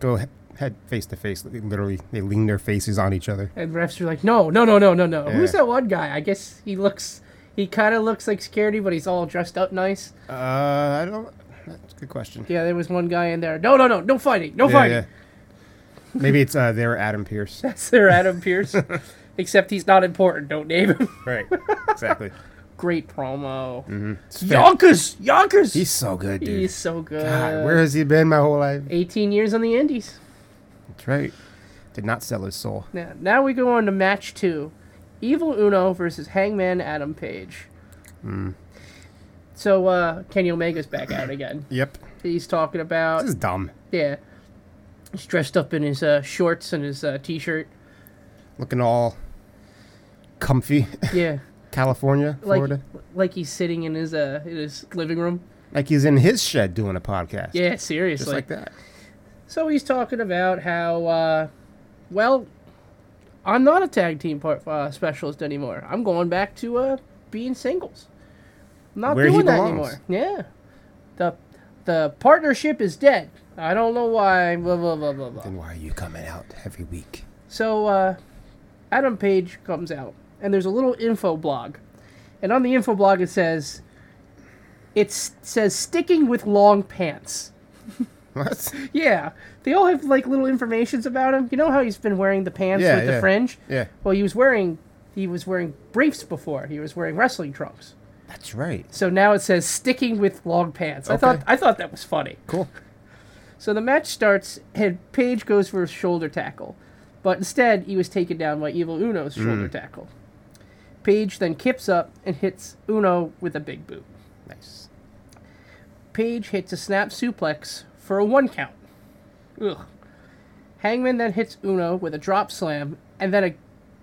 go he- head face to face. They Literally, they lean their faces on each other. And refs are like, no, no, no, no, no, no. Who's Yeah. that one guy? I guess he looks, he kind of looks like Scaredy, but he's all dressed up nice. Uh, I don't. That's a good question. Yeah, there was one guy in there. No, no, no, no fighting, no fighting. Maybe it's uh, their Adam Pierce. That's their Adam Pierce. Except he's not important. Don't name him. Right. Exactly. Mm-hmm. Great promo. It's fair. Yonkers, Yonkers. He's so good, dude. He's uh, so good. God, where has he been my whole life? 18 years on the Indies. That's right. Did not sell his soul. Now, now we go on to match two Evil Uno versus Hangman Adam Page. Mm. So, uh, Kenny Omega's back out again. Yep. He's talking about. This is dumb. Yeah. He's dressed up in his uh, shorts and his uh, t shirt. Looking all comfy. Yeah. California, Like, Florida. like he's sitting in his uh in his living room. Like he's in his shed doing a podcast. Yeah, seriously. Just like that. So he's talking about how, uh, well, I'm not a tag team part, uh, specialist anymore. I'm going back to uh, being singles. I'm not Where he doing that belongs. anymore. Yeah. The the partnership is dead. I don't know why. Blah blah blah blah blah. Then why are you coming out every week? So uh, Adam Page comes out, and there's a little info blog, and on the info blog it says, it s- says sticking with long pants. What? Yeah, they all have like little informations about him. You know how he's been wearing the pants Yeah, with yeah. the fringe? Yeah. Well, he was wearing he was wearing briefs before. He was wearing wrestling trunks. That's right. So now it says sticking with long pants. I thought Okay. I thought that was funny. Cool. So the match starts and Page goes for a shoulder tackle, but instead he was taken down by Evil Uno's Mm. shoulder tackle. Page then kips up and hits Uno with a big boot. Nice. Page hits a snap suplex for a one count. Ugh. Hangman then hits Uno with a drop slam and then a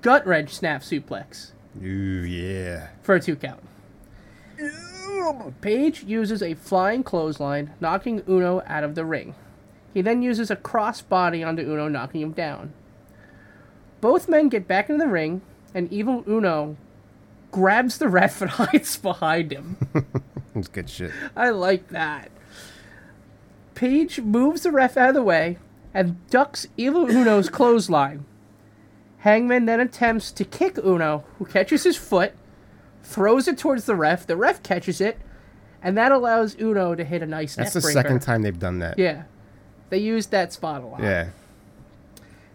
gut wrench snap suplex Ooh, yeah. for a two count. Page uses a flying clothesline, knocking Uno out of the ring. He then uses a crossbody onto Uno, knocking him down. Both men get back into the ring, and evil Uno grabs the ref and hides behind him. That's good shit. I like that. Paige moves the ref out of the way and ducks Evil Uno's clothesline. Hangman then attempts to kick Uno, who catches his foot, throws it towards the ref. The ref catches it, and that allows Uno to hit a nice That's neckbreaker. the second time they've done that. Yeah. They used that spot a lot. Yeah.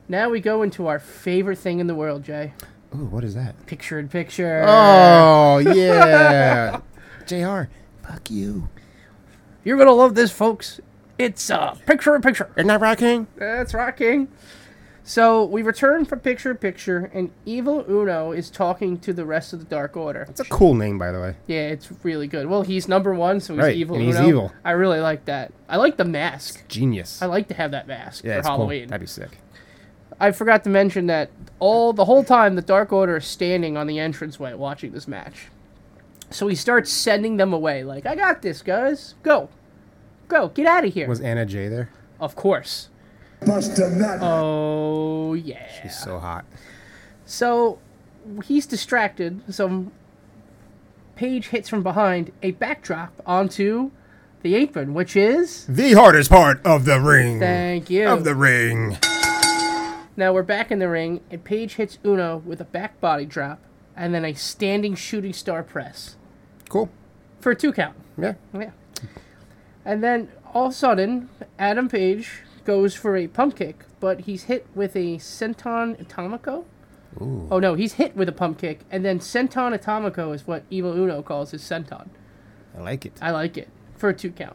Now we go into our favorite thing in the world, Jay. Ooh, what is that? Picture in picture. Oh, yeah. JR, fuck you. You're going to love this, folks. It's uh, picture in picture. Isn't that rocking? That's rocking. So we return from picture to picture, and Evil Uno is talking to the rest of the Dark Order. It's a cool name, by the way. yeah, it's really good. Well, he's number one, so he's Right, Evil and he's Uno. evil. I really like that. I like the mask. Genius. I like to have that mask yeah, for it's Halloween. cool. That'd be sick. I forgot to mention that all the whole time the Dark Order is standing on the entranceway watching this match. So he starts sending them away, like, "I got this, guys. Go, go, get out of here." Was Anna J there? of course. Buster Nut. Oh yeah. She's so hot. So he's distracted. So Page hits from behind a backdrop onto the apron, which is The hardest part of the ring. thank you. Of the ring. now we're back in the ring, and Page hits Uno with a back body drop and then a standing shooting star press Cool. for a two count. Yeah. Yeah. And then all of a sudden, Adam Page goes for a pump kick, but he's hit with a Senton Atomico. Oh no, he's hit with a pump kick, and then Senton Atomico is what Evil Uno calls his Senton. I like it. I like it for a two count.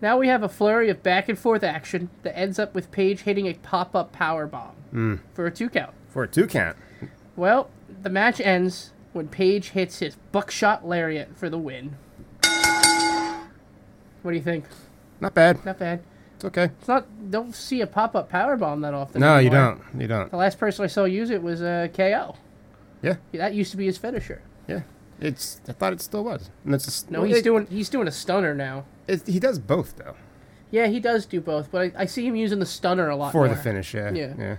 Now we have a flurry of back and forth action that ends up with Page hitting a pop up power bomb for a two count. Hmm. For a two count. Well, the match ends when Page hits his buckshot lariat for the win. What do you think? Not bad. Not bad. It's okay. It's not. Don't see a pop up power bomb that often. No, you anymore. don't. You don't. The last person I saw use it was uh, KO. Yeah. That used to be his finisher. Yeah. It's. I thought it still was. And it's just, No, well, he's it- doing he's doing a stunner now. it- he does both though Yeah, he does do both, but I, I see him using the stunner a lot for more. the finish. Yeah. Yeah.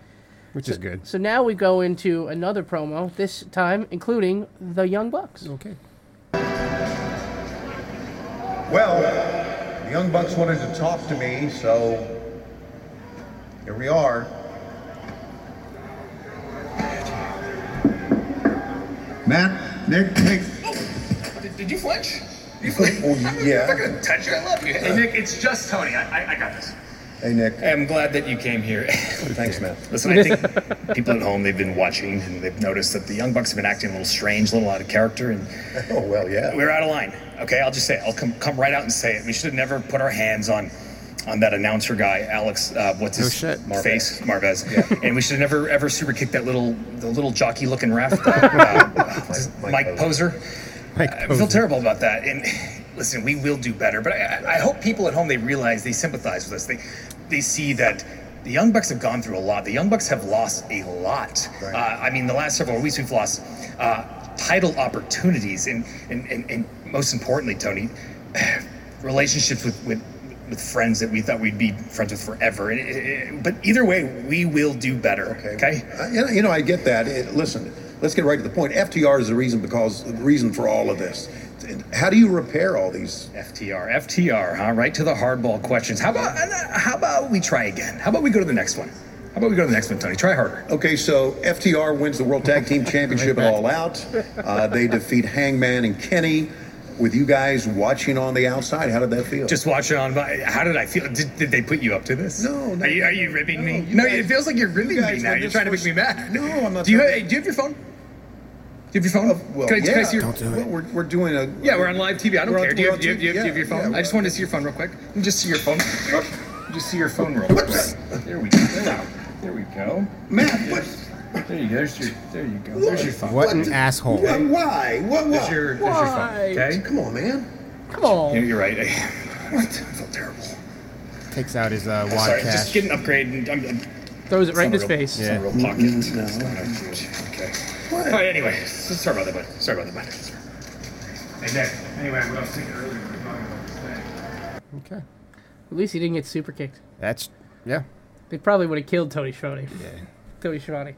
Which is good. So now we go into another promo, this time including the Young Bucks. Okay. Well, the Young Bucks wanted to talk to me, so here we are. Matt, Nick, Nick. Did, did you flinch? You Oh, yeah. touch you. I love you. Hey, Nick, it's just Tony. I, I, I got this. Hey, Nick. Hey, I'm glad that you came here. Thanks, man. Listen, I think people at home they've been watching and they've noticed that the Young Bucks have been acting a little strange, a little out of character, and oh well, yeah. we're out of line. Okay, I'll just say it. I'll come come right out and say it. We should have never put our hands on on that announcer guy, Alex. Uh, what's his face, Marvez? And we should have never ever super kicked that little the little jockey looking raft, uh, Mike, Poser. I feel terrible about that. And listen, we will do better. But I, I hope people at home they realize they sympathize with us. They they see that the Young Bucks have gone through a lot. The Young Bucks have lost a lot. Uh, I mean, the last several weeks we've lost uh, title opportunities, and and, and and most importantly, Tony, relationships with with. With friends that we thought we'd be friends with forever, And it- it- but either way, we will do better. Okay. Uh, you know- You know, I get that. It- listen, let's get right to the point. FTR is the reason because the reason for all of this. How do you repair all these? FTR, FTR, huh? Right to the hardball questions. How about uh, how about we try again? How about we go to the next one? How about we go to the next one, Tony? Try harder. Okay, so FTR wins the World Tag Team Championship at All Out. Uh, they defeat Hangman and Kenny. With you guys watching on the outside, how did that feel? Just watch it on. my- How did I feel? Did, did they put you up to this? No, no. Are you, are you ribbing me? you no, guys- it feels like you're ribbing you me guys now. when You're this trying to was- make me mad. No, I'm not Do you, trying have, to- do you have your phone? Do you have your phone? Well, can I, can I yeah. see your? Well, We're, we're doing a. Yeah, we're on live TV. I don't We're on- care. Do you, we're have, on do, you, do, you, TV, do you have your yeah, phone? yeah, I just we're- wanted to see your phone real quick. Let me just see your phone. Just see your phone real quick. There we go. There we go. Matt, what? There you go. There's your, there you go. There's your phone. What an asshole. Why? Why? What? There's what? your, there's your phone. Why? Okay. Come on, man. Come on. Yeah, you're right. I, what? I felt terrible. Takes out his uh, wad Sorry, cash. just get an upgrade and I'm, I'm Throws it right in his Some real- face. Yeah. Mm-hmm. Some real pocket. It's not a huge- Okay. All right, anyway, s- sorry about that, bud. Sorry about that, bud. Hey, Nick. Anyway, what I was thinking earlier, we were talking about this thing. Okay. At least he didn't get super kicked. That's yeah. They probably would have killed Tony Schiavone. Tony Schiavone.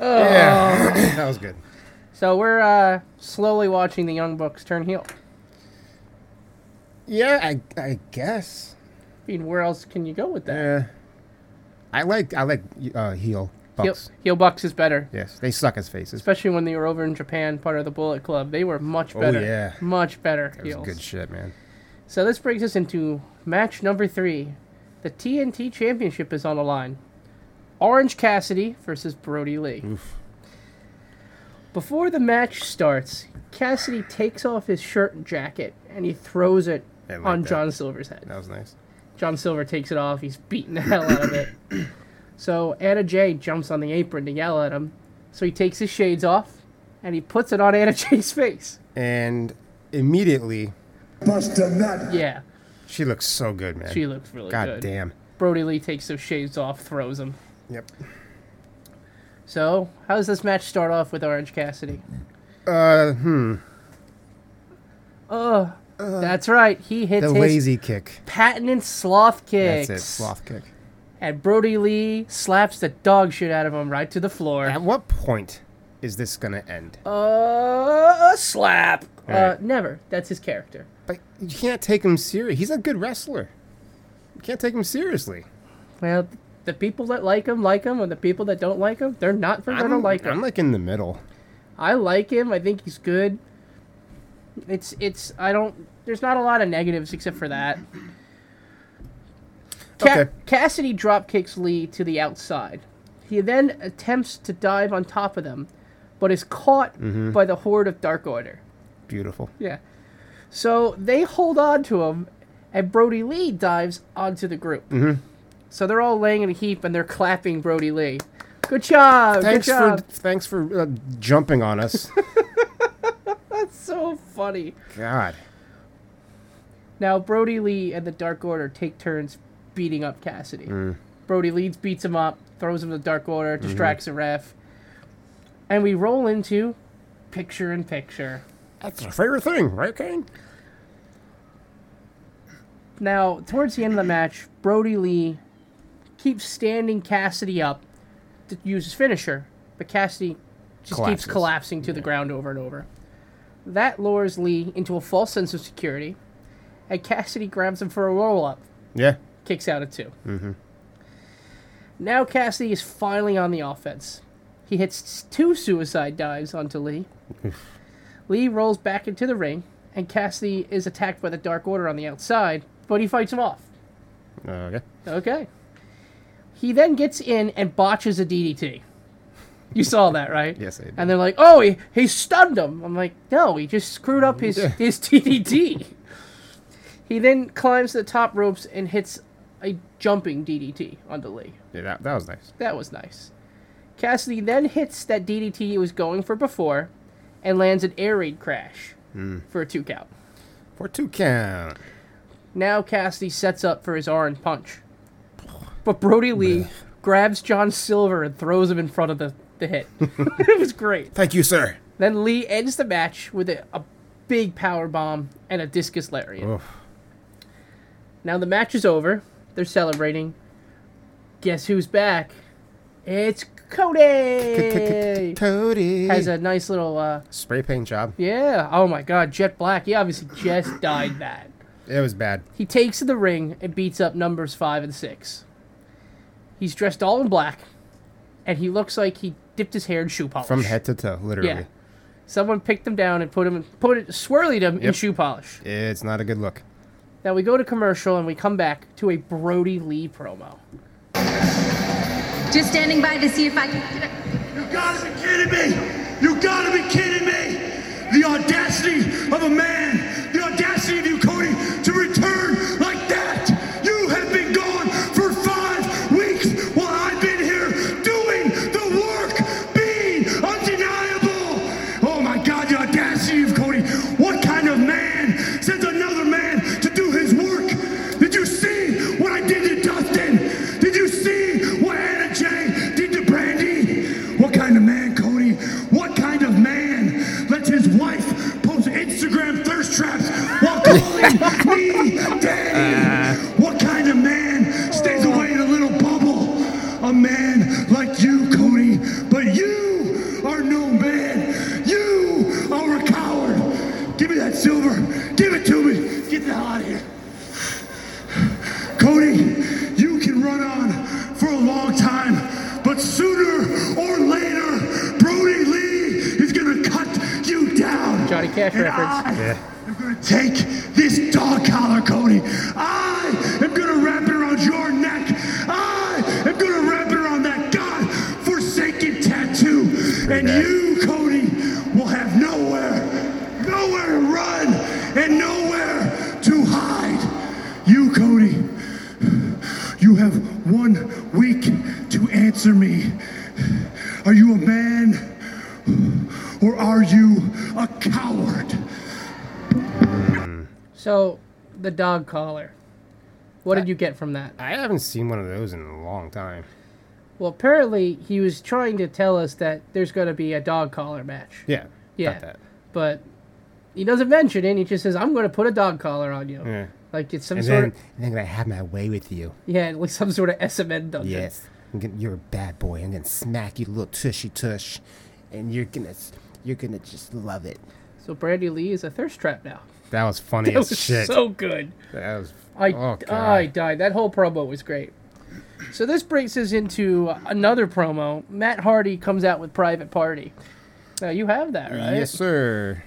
Oh. Yeah. that was good. So we're uh, slowly watching the Young Bucks turn heel. Yeah, I I guess. I mean, where else can you go with that? Yeah. I like I like uh, heel, heel bucks. heel Bucks is better, Yes, they suck as faces. especially when they were over in Japan, part of the Bullet Club. They were much better. Oh, yeah. Much better That was heels. good shit, man. So this brings us into match number three. The TNT Championship is on the line. Orange Cassidy versus Brody Lee. Before the match starts, Cassidy takes off his shirt and jacket and he throws it I like on that. John Silver's head. That was nice. John Silver takes it off. He's beating the hell out of it. So Anna Jay jumps on the apron to yell at him. So he takes his shades off and he puts it on Anna Jay's face. And immediately Bust a nut. Yeah. she looks so good, man. She looks really God good. damn. Brody Lee takes those shades off, throws them. Yep. So, how does this match start off with Orange Cassidy? Uh, hmm. That's right, he hits Uh, The his lazy kick. patented sloth kicks. That's it. Sloth kick. And Brody Lee slaps the dog shit out of him right to the floor. At what point is this gonna end? Uh, slap. Uh, Alright. never. That's his character. But you can't take him serious. He's a good wrestler. You can't take him seriously. Well, the people that like him like him, and the people that don't like him, they're not for gonna I'm- like him. I'm like in the middle. I like him. I think he's good. It's it's I don't there's not a lot of negatives except for that. Ca- Okay. Cassidy drop kicks Lee to the outside. He then attempts to dive on top of them, but is caught Mm-hmm. by the horde of Dark Order. Beautiful. Yeah. So they hold on to him, and Brody Lee dives onto the group. Mm-hmm. So they're all laying in a heap and they're clapping Brody Lee. Good job. Thanks good for job. thanks for uh, jumping on us. so funny. God. Now Brody Lee and the Dark Order take turns beating up Cassidy. Mm. Brody Lee beats him up, throws him to the Dark Order, Mm-hmm. distracts the ref, and we roll into picture in picture. That's your favorite thing, right, Kane? Now, towards the end of the match, Brody Lee keeps standing Cassidy up to use his finisher, but Cassidy just Collapses. keeps collapsing to the ground over and over. That lures Lee into a false sense of security, and Cassidy grabs him for a roll up. Yeah. kicks out at 2 Mm-hmm. Now Cassidy is finally on the offense. He hits two suicide dives onto Lee. Lee rolls back into the ring, and Cassidy is attacked by the Dark Order on the outside, but he fights him off. Okay. Okay. He then gets in and botches a DDT. You saw that, right? Yes, I did. And they're like, "Oh, he, he stunned him." I'm like, "No, he just screwed up his his DDT." he then climbs the top ropes and hits a jumping DDT onto Lee. Yeah, that, that was nice. That was nice. Cassidy then hits that DDT he was going for before, and lands an air raid crash Mm. for a two count. For two count. Now Cassidy sets up for his orange punch. But Brody Lee grabs John Silver and throws him in front of the, the hit. it was great. Thank you, sir. Then Lee ends the match with a, a big power bomb and a discus lariat. Oof. Now the match is over. They're celebrating. Guess who's back? It's Cody. Cody has a nice little uh, Spray paint job. yeah. Oh my God, Jet Black. He obviously just died that. It was bad. He takes to the ring and beats up numbers five and six. He's dressed all in black, and he looks like he dipped his hair in shoe polish. From head to toe, literally. Yeah. Someone picked him down and put him, put it, swirled him in Yep. shoe polish. It's not a good look. Now we go to commercial and we come back to a Brody Lee promo. Just standing by to see if I can. You gotta be kidding me! You gotta be kidding me! The audacity of a man, the audacity of you, Cody, to return like that! You have been gone for five weeks while I've been here doing the work, being undeniable! Oh my god, the audacity of Cody! What kind of man sends another man to do his work? Did you see what I did to Dustin? Did you see what Anna Jay did to Brandy? What kind of man, Cody? What kind of man lets his wife post Instagram thirst traps while calling me daddy? Uh, What kind of man stays away in a little bubble? A man like you, Cody, but you are no man. You are a coward. Give me that silver. Give it to me. Get the hell out of here. Cody, you can run on for a long time, but sooner or later, Brody Lee is gonna cut you down. Johnny Cash And reference. I am gonna take this dog collar, Cody. I am gonna wrap it around your neck. I am gonna wrap it around that godforsaken tattoo, and bad. you, Cody, will have nowhere, nowhere to run, and nowhere to hide. You, Cody. You have one week to answer me. Are you a man or are you a coward? So the dog collar. What Uh, did you get from that? I haven't seen one of those in a long time. Well, apparently he was trying to tell us that there's going to be a dog collar match. Yeah. got Yeah. that. But he doesn't mention it. He just says, "I'm going to put a dog collar on you." Yeah. Like it's some and sort then, of and then I have my way with you. yeah, like some sort of SMN dungeon. Yes, I'm gonna, you're a bad boy. I'm gonna smack you, little tushy tush, and you're gonna s- you're gonna just love it. So Brandy Lee is a thirst trap now. That was funny that as was shit. so good. That was I, uh, oh, God. I died. That whole promo was great. So this brings us into another promo. Matt Hardy comes out with Private Party. Now you have that, right? Yes, sir.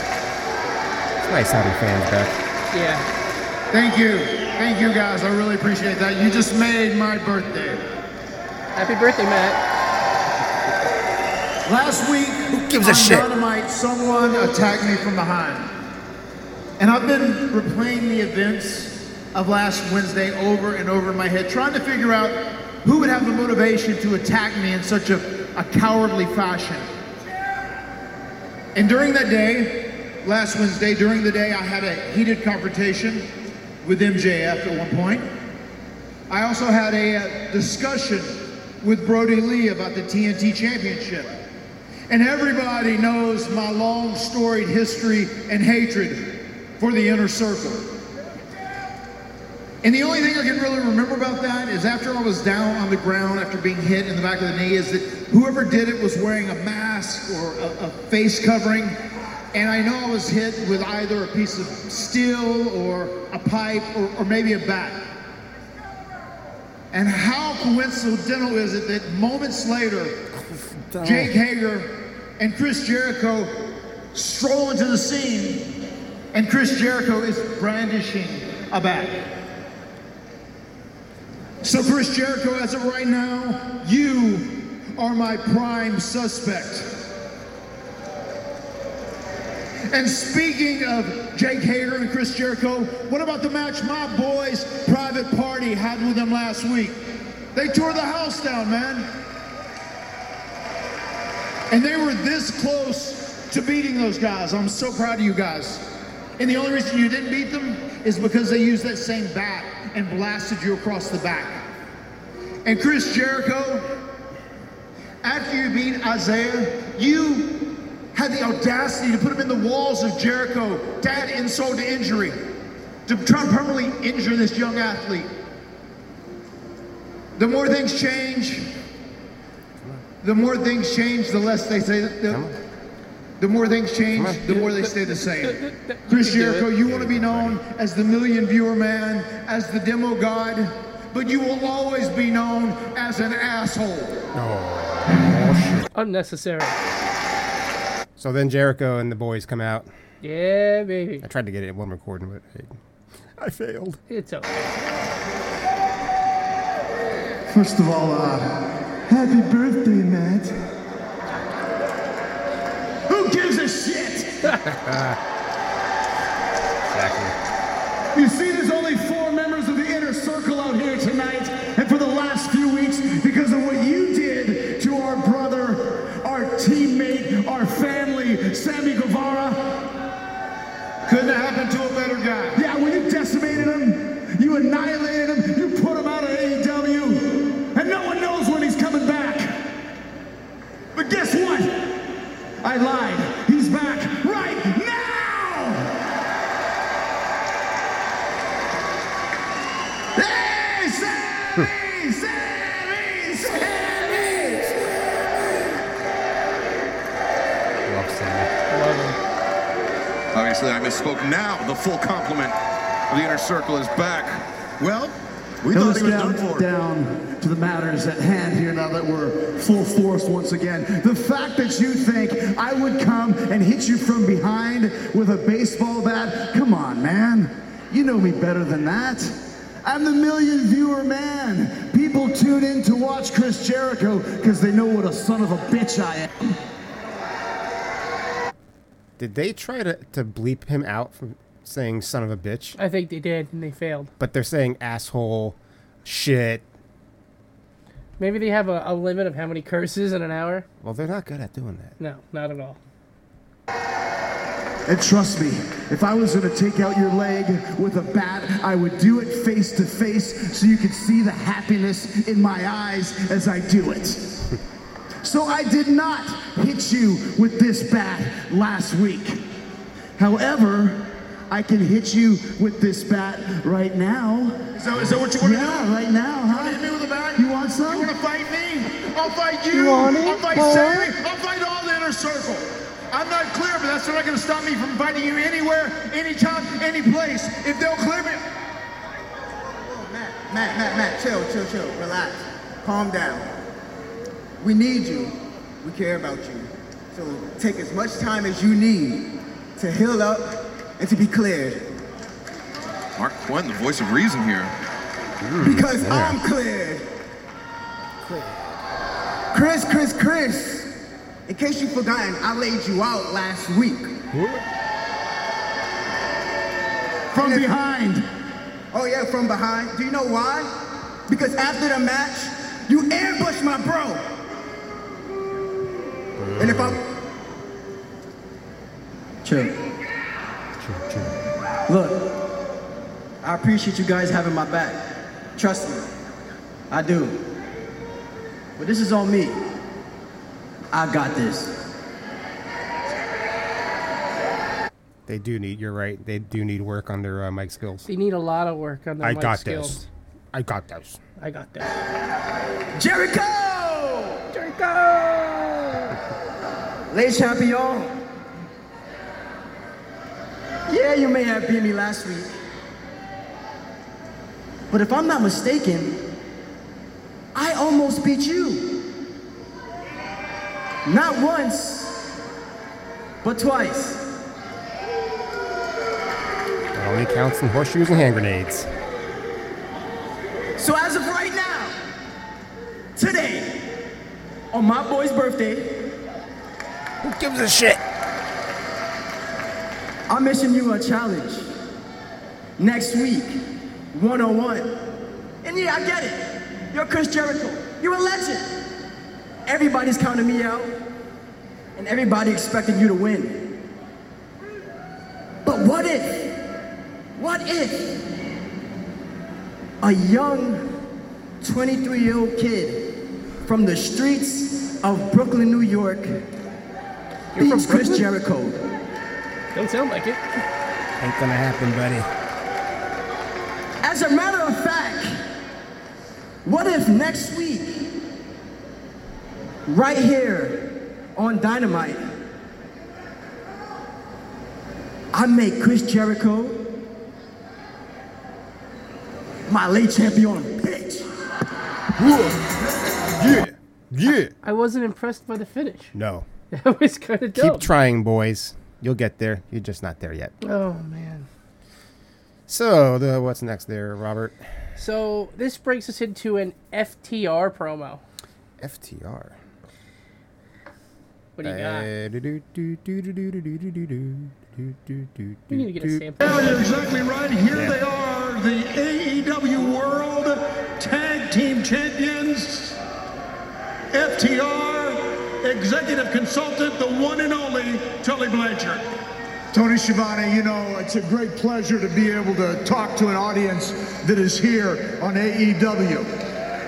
It's nice having fans back. Yeah. Thank you. Thank you guys. I really appreciate that. You just made my birthday. Happy birthday, Matt. Last week Who gives a on shit? Dynamite, someone attacked me from behind. And I've been replaying the events of last Wednesday over and over in my head, trying to figure out who would have the motivation to attack me in such a, a cowardly fashion. And during that day, last Wednesday, during the day, I had a heated confrontation with MJF at one point. I also had a uh, discussion with Brody Lee about the TNT Championship. And everybody knows my long storied history and hatred for the inner circle. And the only thing I can really remember about that is after I was down on the ground after being hit in the back of the knee, is that whoever did it was wearing a mask or a, a face covering. And I know I was hit with either a piece of steel or a pipe or, or maybe a bat. And how coincidental is it that moments later, Jake Hager and Chris Jericho stroll into the scene, and Chris Jericho is brandishing a bat. So, Chris Jericho, as of right now, you are my prime suspect. And speaking of Jake Hager and Chris Jericho, what about the match my boys, Private Party, had with them last week? They tore the house down, man. And they were this close to beating those guys. I'm so proud of you guys. And the only reason you didn't beat them is because they used that same bat and blasted you across the back. And Chris Jericho, after you beat Isaiah, you had the audacity to put him in the walls of Jericho to add insult to injury, to try to permanently injure this young athlete. The more things change, the more things change, the less they say. The, the more things change, the more they stay the same. Chris Jericho, you want to be known as the million viewer man, as the demo god, but you will always be known as an asshole. Oh. Unnecessary. So then Jericho and the boys come out. Yeah, baby. I tried to get it in one recording, but it, I failed. It's okay. First of all, uh, happy birthday, Matt. Who gives a shit? exactly. You see, there's only four members of the inner circle out here tonight, and for the last few weeks, because of what you did to our brother, our teammate, our family, Sammy Guevara. Couldn't have happened to a better guy. Yeah, when you decimated him, you annihilated him, you put him out of AEW, and no one knows when he's coming back. But guess what? I lied. He's back right now! Hey, Sammy! Sammy! Love Obviously, I misspoke. Now the full complement of the inner circle is back. Well, we Now thought let's he was down, done for. down to the matters at hand here now that we're full force once again. The fact that you think I would come and hit you from behind with a baseball bat, come on, man. You know me better than that. I'm the million viewer man. People tune in to watch Chris Jericho because they know what a son of a bitch I am. Did they try to, to bleep him out from saying son of a bitch? I think they did, and they failed. But they're saying asshole, shit. Maybe they have a, a limit of how many curses in an hour. Well, they're not good at doing that. No, not at all. And trust me, if I was going to take out your leg with a bat, I would do it face to face so you could see the happiness in my eyes as I do it. so I did not hit you with this bat last week. However, I can hit you with this bat right now. Is that- is that what you wanna yeah, do? right now, You huh? wanna hit me with a bat? Uh-huh. You want some? You want to fight me? I'll fight you. You want it, I'll fight boy? Sammy. I'll fight all the inner circle. I'm not clear, but that's not going to stop me from fighting you anywhere, anytime, any place. If they'll clear me. Matt, Matt, Matt, chill, chill, chill. Relax. Calm down. We need you. We care about you. So take as much time as you need to heal up and to be cleared. Mark Quinn, the voice of reason here. Mm, Because I'm cleared. Chris, Chris, Chris. In case you've forgotten, I laid you out last week. From behind. Oh yeah, from behind. Do you know why? Because after the match, you ambushed my bro. Uh. And if I Chill. Look, I appreciate you guys having my back. Trust me, I do. But this is on me. I got this. They do need. You're right. They do need work on their uh, mic skills. They need a lot of work on their I mic got skills. this. I got this. I got that. Jericho! Jericho! Ladies champion. Yeah, you may have beat me last week. But if I'm not mistaken, I almost beat you. Not once, but twice. It only counts in horseshoes and hand grenades. So as of right now, today, on my boy's birthday, who gives a shit? I'm issuing you a challenge. Next week, 101. And yeah, I get it. You're Chris Jericho. You're a legend. Everybody's counting me out, and everybody expected you to win. But what if? What if a young 23 year old kid from the streets of Brooklyn, New York, You're from beats Chris Brooklyn? Jericho? Don't sound like it. Ain't gonna happen, buddy. As a matter of fact, what if next week, right here on Dynamite, I make Chris Jericho my late champion bitch. Yeah. Yeah. I wasn't impressed by the finish. No. That was kind of dope. Keep trying, boys. You'll get there. You're just not there yet. Oh man. So, the, what's next there, Robert? So this breaks us into an FTR promo. FTR. What do you got? We need to get a sample. Yeah, you're exactly right. Here Yeah. they are, the AEW World Tag Team Champions, FTR, Executive Consultant, the one and only Tully Blanchard. Tony Schiavone, you know, it's a great pleasure to be able to talk to an audience that is here on AEW.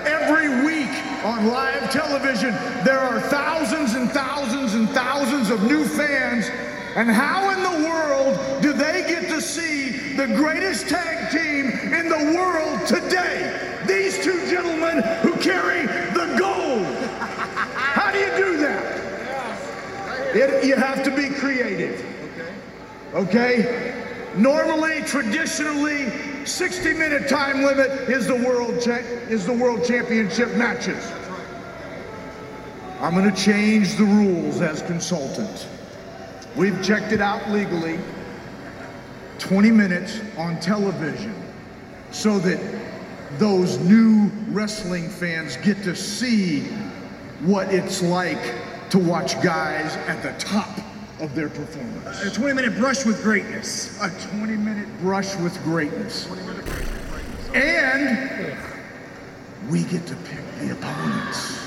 Every week on live television, there are thousands and thousands and thousands of new fans. And how in the world do they get to see the greatest tag team in the world today? These two gentlemen who carry the gold. How do you do that? It, you have to be creative okay? Normally, traditionally, 60-minute time limit is the world cha- is the world championship matches. I'm going to change the rules as consultant. We've checked it out legally. 20 minutes on television, so that those new wrestling fans get to see what it's like to watch guys at the top of their performance. A 20 minute brush with greatness. A 20 minute brush with greatness. And we get to pick the opponents.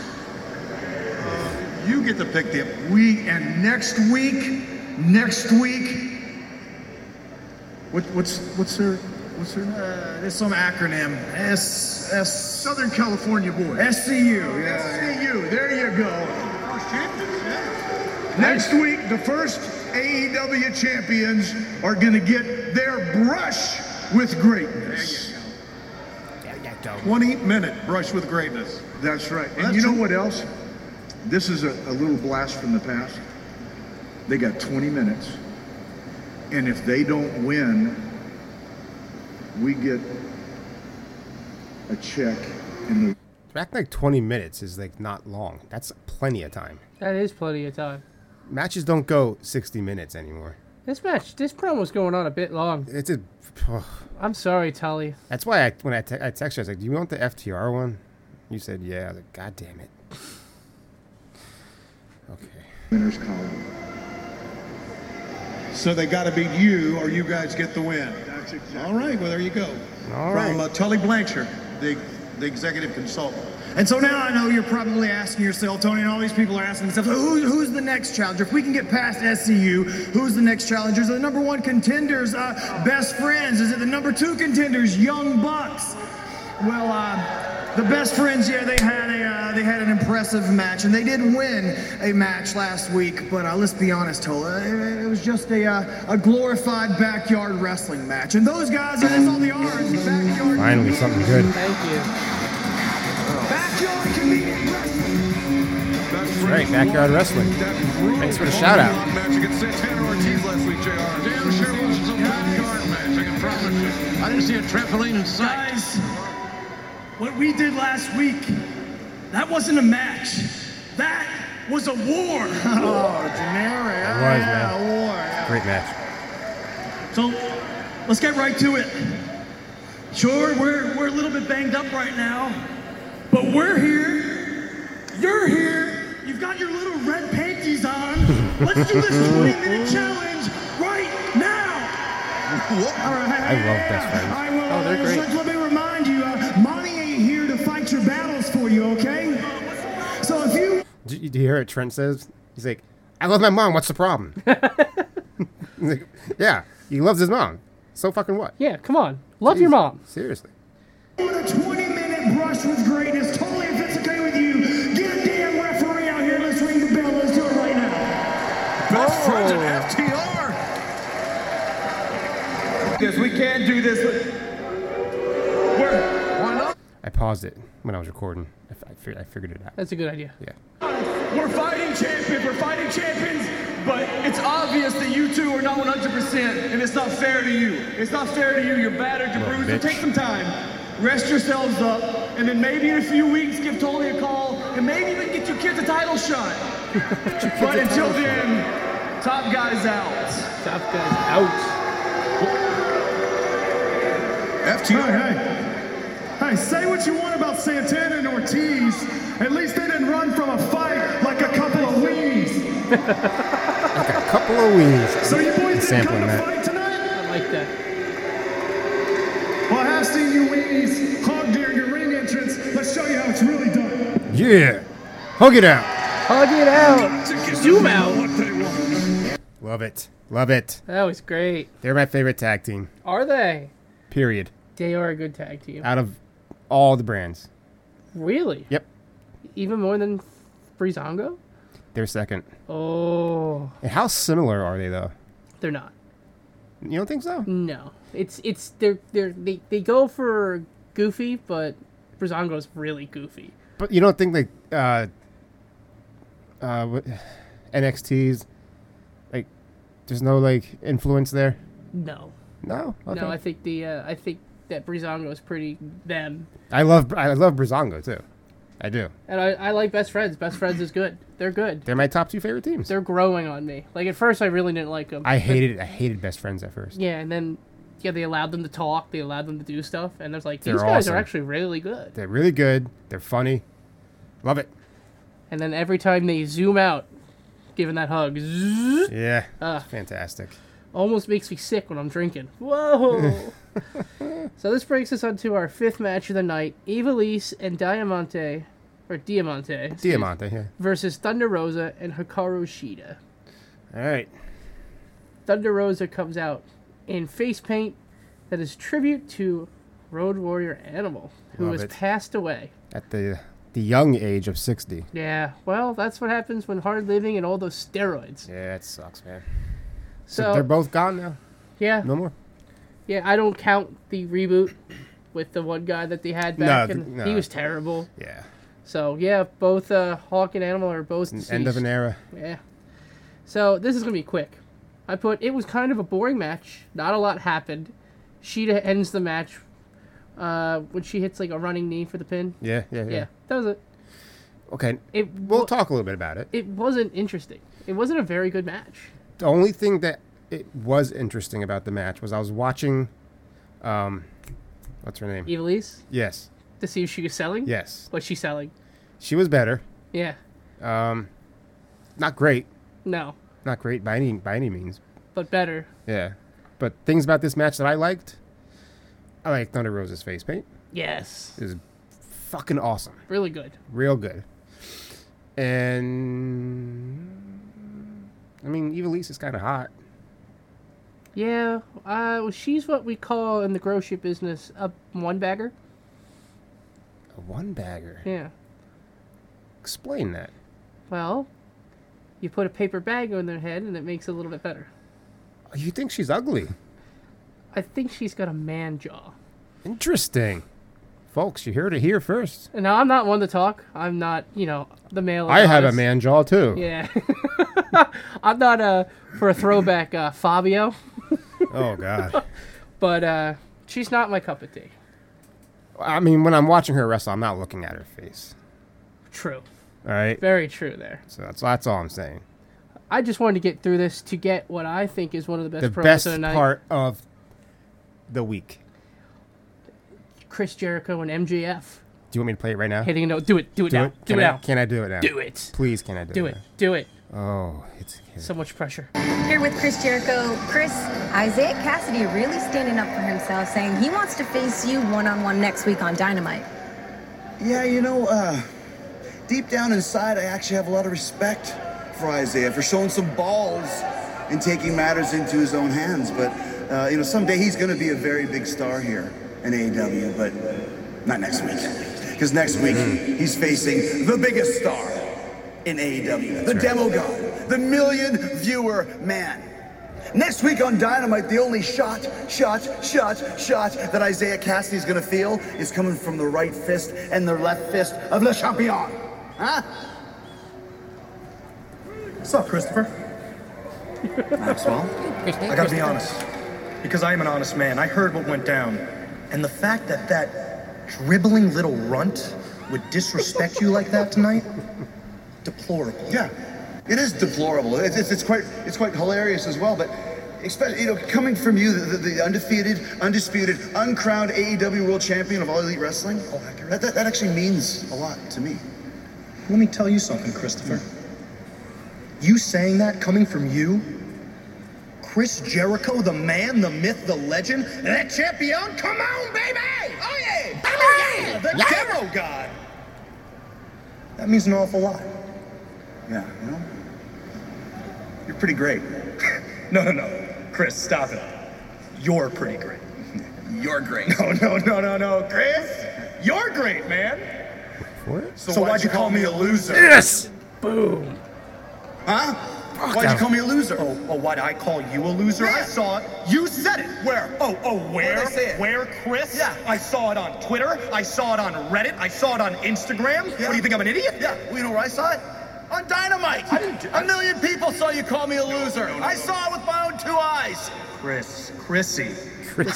You get to pick the we and next week, next week. What, what's what's their what's their uh, there's some acronym S S Southern California boys SCU yeah Oh, SCU there you go Next week, the first AEW champions are going to get their brush with greatness. minute brush with greatness. That's right. And you know what else? This is a, a little blast from the past. They got 20 minutes. And if they don't win, we get a check in the. Act like 20 minutes is like not long. That's plenty of time. That is plenty of time. Matches don't go 60 minutes anymore. This match, this promo's going on a bit long. It's a. I'm sorry, Tully. That's why I when I, te- I text you, I was like, "Do you want the FTR one?" You said, "Yeah." I was like, "God damn it." Winners column. So they got to beat you, or you guys get the win. All right, well there you go. All From uh, Tully Blanchard, the the executive consultant. And so now I know you're probably asking yourself, Tony, and all these people are asking themselves, Who, who's the next challenger? If we can get past SCU, who's the next challenger? Is it the number one contenders, uh, best friends? Is it the number two contenders, Young Bucks? Well, uh, the best friends, yeah, they had a uh, they had an impressive match, and they did win a match last week. But uh, let's be honest, Tola, it, it was just a uh, a glorified backyard wrestling match. And those guys, that's all they are, is backyard. Finally, something good. Thank That's right, backyard wrestling. Thanks for the shout out. Match against Santana Ortiz last week, Jr. Damn sure was a backyard match. I can promise you. I didn't see a trampoline in sight. What we did last week, that wasn't a match. That was a war. oh, Janera. It was, Yeah, man. a war. Great match. So let's get right to it. Sure, we're, we're a little bit banged up right now, but we're here. You're here. You've got your little red panties on. Let's do this 20 minute challenge right now. All right. I love best friends. I will, Oh, they're uh, great. just Let me remind you, uh, Monty ain't here to fight your battles for you, okay? So if you Do you, do you hear what Trent says? He's like, I love my mom. What's the problem? He's like, yeah, he loves his mom. So fucking what? Yeah, come on. Love your mom. Seriously. want a 20 minute brush with greatness, totally if it's okay with you, get a damn referee out here. Let's ring the bell. Let's do it right now. Best friends at FTR. Yes, we can't do this. We're, why not? I paused it when I was recording. I, fi- I, fi- I figured it out. That's a good idea. Yeah. We're fighting champions. We're fighting champions. But it's obvious that you two are not 100%, and it's not fair to you. It's not fair to you. You're battered, you're Little bruised. So bitch. take some time, rest yourselves up, and then maybe in a few weeks, give Tony a call, and maybe even get your kids a title shot. but a until title then, top guys out. Top guys out. FTR. Hey, hey, say what you want about Santana and Ortiz. At least they didn't run from a fight like a couple of weenies. Like a couple of weenies. So you boys didn't sampling come to that. fight tonight? I like that. Well, I have seen you weenies clog during your ring entrance. Let's show you how it's really done. Yeah. Hug it out. Hug it out. Zoom out. Love it. Love it. That was great. They're my favorite tag team. Are they? Period. They are a good tag team. Out of all the brands, Really? Yep. Even more than Breezango? they're second. Oh, And how similar are they though? they're not. You don't think so? No. It's it's they're they're they, they go for goofy, but Breezango's really goofy. But you don't think like uh, uh, what- NXT's like there's no like influence there. No. No. Okay. No, I think the uh, I think that Breezango is pretty them. I love I love Brizongo too. I do. And I, I like Best Friends. Best Friends is good. They're good. They're my top two favorite teams. They're growing on me. Like at first I really didn't like them. I hated I hated Best Friends at first. Yeah, and then yeah, they allowed them to talk, they allowed them to do stuff, and there's like these They're guys awesome. are actually really good. They're really good. They're funny. Love it. And then every time they zoom out, giving that hug, zzz, Yeah. Ah. Fantastic. almost makes me sick when I'm drinking. Whoa! so this brings us on to our fifth match of the night: Evilise and Diamante, or Diamante. excuse- Diamante, yeah. Versus Thunder Rosa and Hikaru Shida. All right. Thunder Rosa comes out in face paint that is tribute to Road Warrior Animal, who Love has it. passed away. At the the young age of sixty. Yeah, well, that's what happens when hard living and all those steroids. Yeah, that sucks, man. So, So they're both gone now. yeah, No more. Yeah, I don't count the reboot with the one guy that they had No, back, th- and no. he was terrible. Yeah. So yeah, both uh, Hawk and Animal are both deceased. End of an era. Yeah. So this is gonna be quick. I put it was kind of a boring match. Not a lot happened. Sheeta ends the match uh, when she hits like a running knee for the pin. Yeah, yeah, yeah. that was it. Okay. It we'll talk a little bit about it. It wasn't interesting. It wasn't a very good match. The only thing that it was interesting about the match was I was watching, um, what's her name? Evilise Yes, to see if she was selling. Yes. What's she selling? she was better. Yeah. Um, not great, No, not great by any by any means. but better. Yeah, but things about this match that I liked, I liked Thunder Rose's face paint. Yes. It was fucking awesome, Really good. real good. And I mean, Evilise is kind of hot. Yeah, uh, well, she's what we call in the grocery business a one bagger. A one bagger. Yeah. Explain that. Well, you put a paper bag on their head and it makes it a little bit better. Oh, You think she's ugly? I think she's got a man jaw. Interesting. Folks, you heard it here first. And Now, I'm not one to talk. I'm not, you know, the male. I have a Adonis. man jaw too. Yeah. I'm not uh, for a throwback uh, Fabio, Oh god. but uh, she's not my cup of tea. I mean, when I'm watching her wrestle, I'm not looking at her face. True. All right. Very true there. So that's that's all I'm saying. I just wanted to get through this to get what I think is one of the best the promos best of the night. part of the week. Chris Jericho and MJF Do you want me to play it right now? hitting a note. Do it. Do it now. Do Can it I- now. Can I do it now? Do it. Please, can I do, Do it? it. Do it. now? Oh, it's So much pressure. Here with Chris Jericho. Chris, Isaiah Cassidy really standing up for himself, saying he wants to face you one on one next week on Dynamite. Yeah, you know, uh, deep down inside, I actually have a lot of respect for Isaiah for showing some balls and taking matters into his own hands. But, uh, you know, someday he's going to be a very big star here in AEW, but not next week. Because next week, Mm-hmm. Mm. he's facing the biggest star in E AEW, the right. demo god, the million viewer man. Next week on Dynamite, the only shot, shot, shot, shot that Isaiah Cassidy's gonna feel is coming from the right fist and the left fist of Le Champion. Huh? What's up, Christopher? Maxwell? I gotta be honest, because I am an honest man. I heard what went down, and the fact that that dribbling little runt would disrespect you like that tonight, deplorable. Yeah, it is deplorable. It's, it's, it's quite it's quite hilarious as well. But especially you know coming from you, the, the, the undefeated, undisputed, uncrowned AEW World Champion of All Elite Wrestling, Oh, that, that that actually means a lot to me. Let me tell you something, Christopher. You saying that coming from you? Chris Jericho, the man, the myth, the legend, that champion? Come on, baby! Oh, yeah! Oh, yeah! The demo god! That means an awful lot. Yeah, you know, You're pretty great. no, no, no. Chris, stop it. You're pretty great. You're great. No, no, no, no, no. Chris, you're great, man. What? So, why'd, you call, me a loser? Yes! Boom. Huh? why'd you that- call me a loser? Oh, oh, why'd I call you a loser? I saw it. You said it. Where? Oh, oh, where? Where, Chris? Yeah. I saw it on Twitter. I saw it on Reddit. I saw it on Instagram. What do you think? I'm an idiot? Yeah. Well, you know where I saw it? On dynamite! a million people saw you call me a loser. I saw it with my own two eyes. Chris, Chrissy.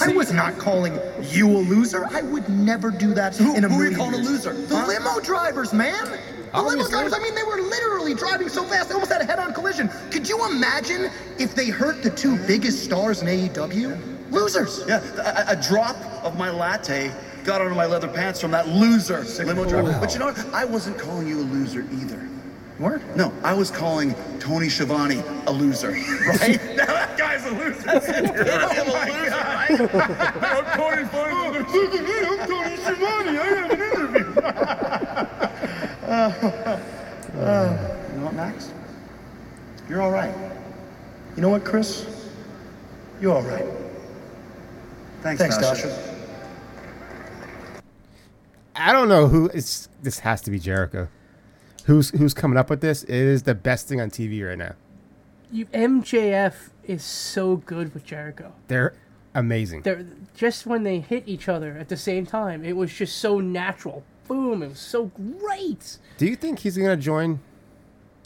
I was not calling you a loser. I would never do that in a who are you million calling a years. loser? The Huh? limo drivers, man. The limo Obviously. drivers. I mean, they were literally driving so fast they almost had a head-on collision. Could you imagine if they hurt the two biggest stars in E AEW? Losers. yeah, a, a- a drop of my latte got onto my leather pants from that loser limo driver. Wow. But you know what? I wasn't calling you a loser either. What? No, I was calling Tony Schiavone a loser. Right? now that guy's a loser. That's it. I'm a loser, right? I'm Tony Fontenot. Look at me, I'm Tony Schiavone. I have an interview. you know what, Max? You're all right. You know what, Chris? You're all right. Thanks, Thanks, Dasha. Dasha. I don't know who it's this has to be Jericho. Who's who's coming up with this? It is the best thing on TV right now. You MJF is so good with Jericho. They're amazing. They're just when they hit each other at the same time, it was just so natural. Boom! It was so great. Do you think he's gonna join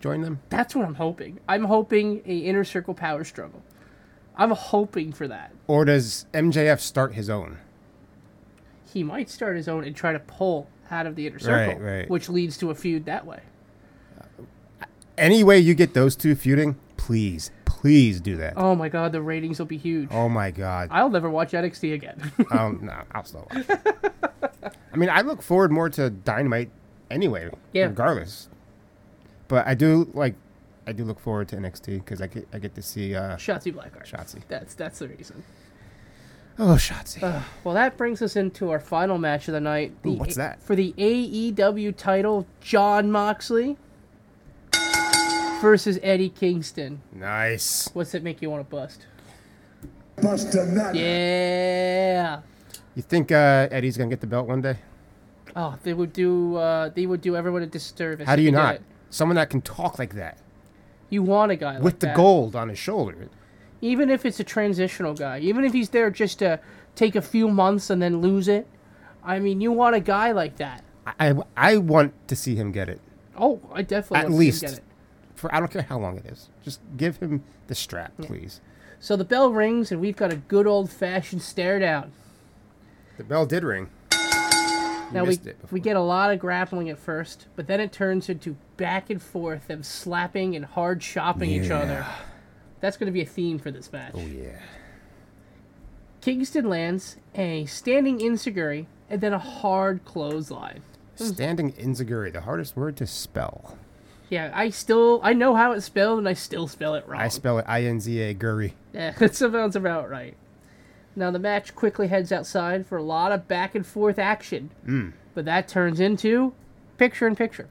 join them? That's what I'm hoping. I'm hoping a inner circle power struggle. I'm hoping for that. Or does MJF start his own? He might start his own and try to pull out of the inner circle, Right, right. which leads to a feud that way. Any way you get those two feuding, please, please do that. Oh my god, the ratings will be huge. Oh my god. I'll never watch NXT again. um, no, I'll still watch. I mean, I look forward more to Dynamite anyway, Yeah. regardless. But I do like, I do look forward to NXT because I get I get to see uh, Shotzi Blackheart. Shotzi. That's that's the reason. Oh, Shotzi. Uh, well, that brings us into our final match of the night. Ooh, The what's A- that? For the AEW title, John Moxley versus Eddie Kingston. Nice. What's it make you want to bust? Bust a nut. Yeah. You think uh, Eddie's gonna get the belt one day? Oh, they would do. Uh, they would do everyone a disservice. How do if you they did not? it. Someone that can talk like that You want a guy like with the that. gold on his shoulder. even if it's a transitional guy, even if he's there just to take a few months and then lose it. I mean, you want a guy like that. I I want to see him get it. Oh, I definitely At want least To see him get it. for I don't care how long it is. Just give him the strap, please. So the bell rings, and we've got a good old fashioned stare down. The bell did ring. Now we missed it we get a lot of grappling at first, but then it turns into back and forth of slapping and hard chopping each other. Yeah. That's going to be a theme for this match. Oh yeah. Kingston lands a standing insiguri and then a hard clothesline. Standing Inzaguri, the hardest word to spell. Yeah, I still I know how it's spelled and I still spell it wrong. I spell it I N Z A Guri. Yeah, that sounds about right. Now the match quickly heads outside for a lot of back and forth action, Mm. but that turns into picture in picture.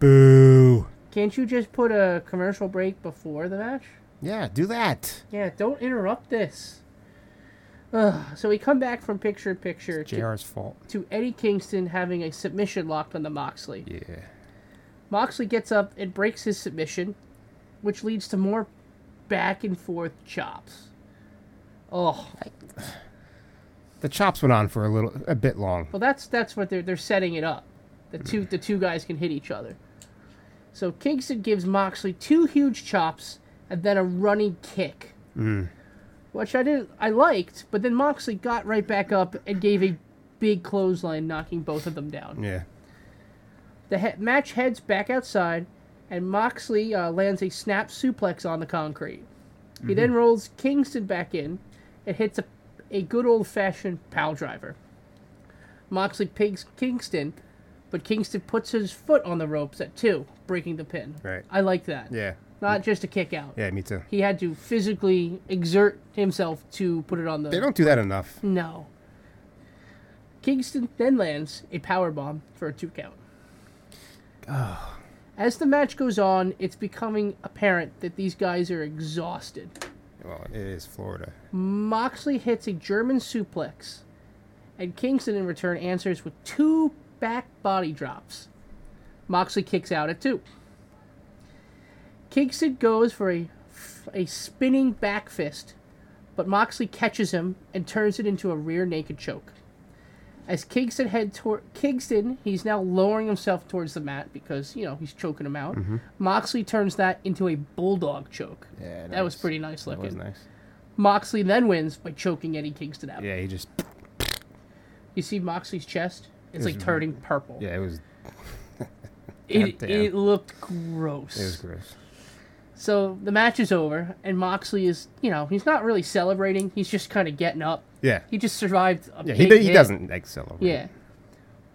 Boo. Can't you just put a commercial break before the match? Yeah, do that. Yeah, don't interrupt this. Ugh. So we come back from picture in picture to, JR's fault. to Eddie Kingston having a submission locked on the Moxley. Yeah. Moxley gets up and breaks his submission, which leads to more back and forth chops. Oh, The chops went on for a little, a bit long. well, that's that's what they're they're setting it up. The two the two guys can hit each other. So Kingston gives Moxley two huge chops and then a running kick, Mm. which I didn't I liked, but then Moxley got right back up and gave a big clothesline, knocking both of them down. Yeah. The he- match heads back outside, and Moxley uh, lands a snap suplex on the concrete. Mm-hmm. He then Mhm. rolls Kingston back in and hits a, a good old fashioned pal driver. Moxley pigs Kingston, but Kingston puts his foot on the ropes at two, breaking the pin. Right. I like that. Yeah. Not just a kick out. Yeah, me too. He had to physically exert himself to put it on the. They don't do that enough. No. Kingston then lands a power bomb for a two count. Oh. As the match goes on, it's becoming apparent that these guys are exhausted. Well, it is Florida. Moxley hits a German suplex, and Kingston in return answers with two back body drops. Moxley kicks out at two. Kingston goes for a, a spinning back fist, but Moxley catches him and turns it into a rear naked choke. As Kingston head toward Kingston, he's now lowering himself towards the mat because you know he's choking him out. Mhm. Moxley turns that into a bulldog choke. Yeah, that was nice. pretty nice That looking. was nice. Moxley then wins by choking Eddie Kingston out. Yeah, he just. You see Moxley's chest? It's It was- like turning purple. Yeah, it was. It, Goddamn. it looked gross. It was gross. So the match is over, and Moxley is, you know, he's not really celebrating. He's just kind of getting up. Yeah. He just survived a Yeah, he, big do- he hit. doesn't like celebrate. Yeah.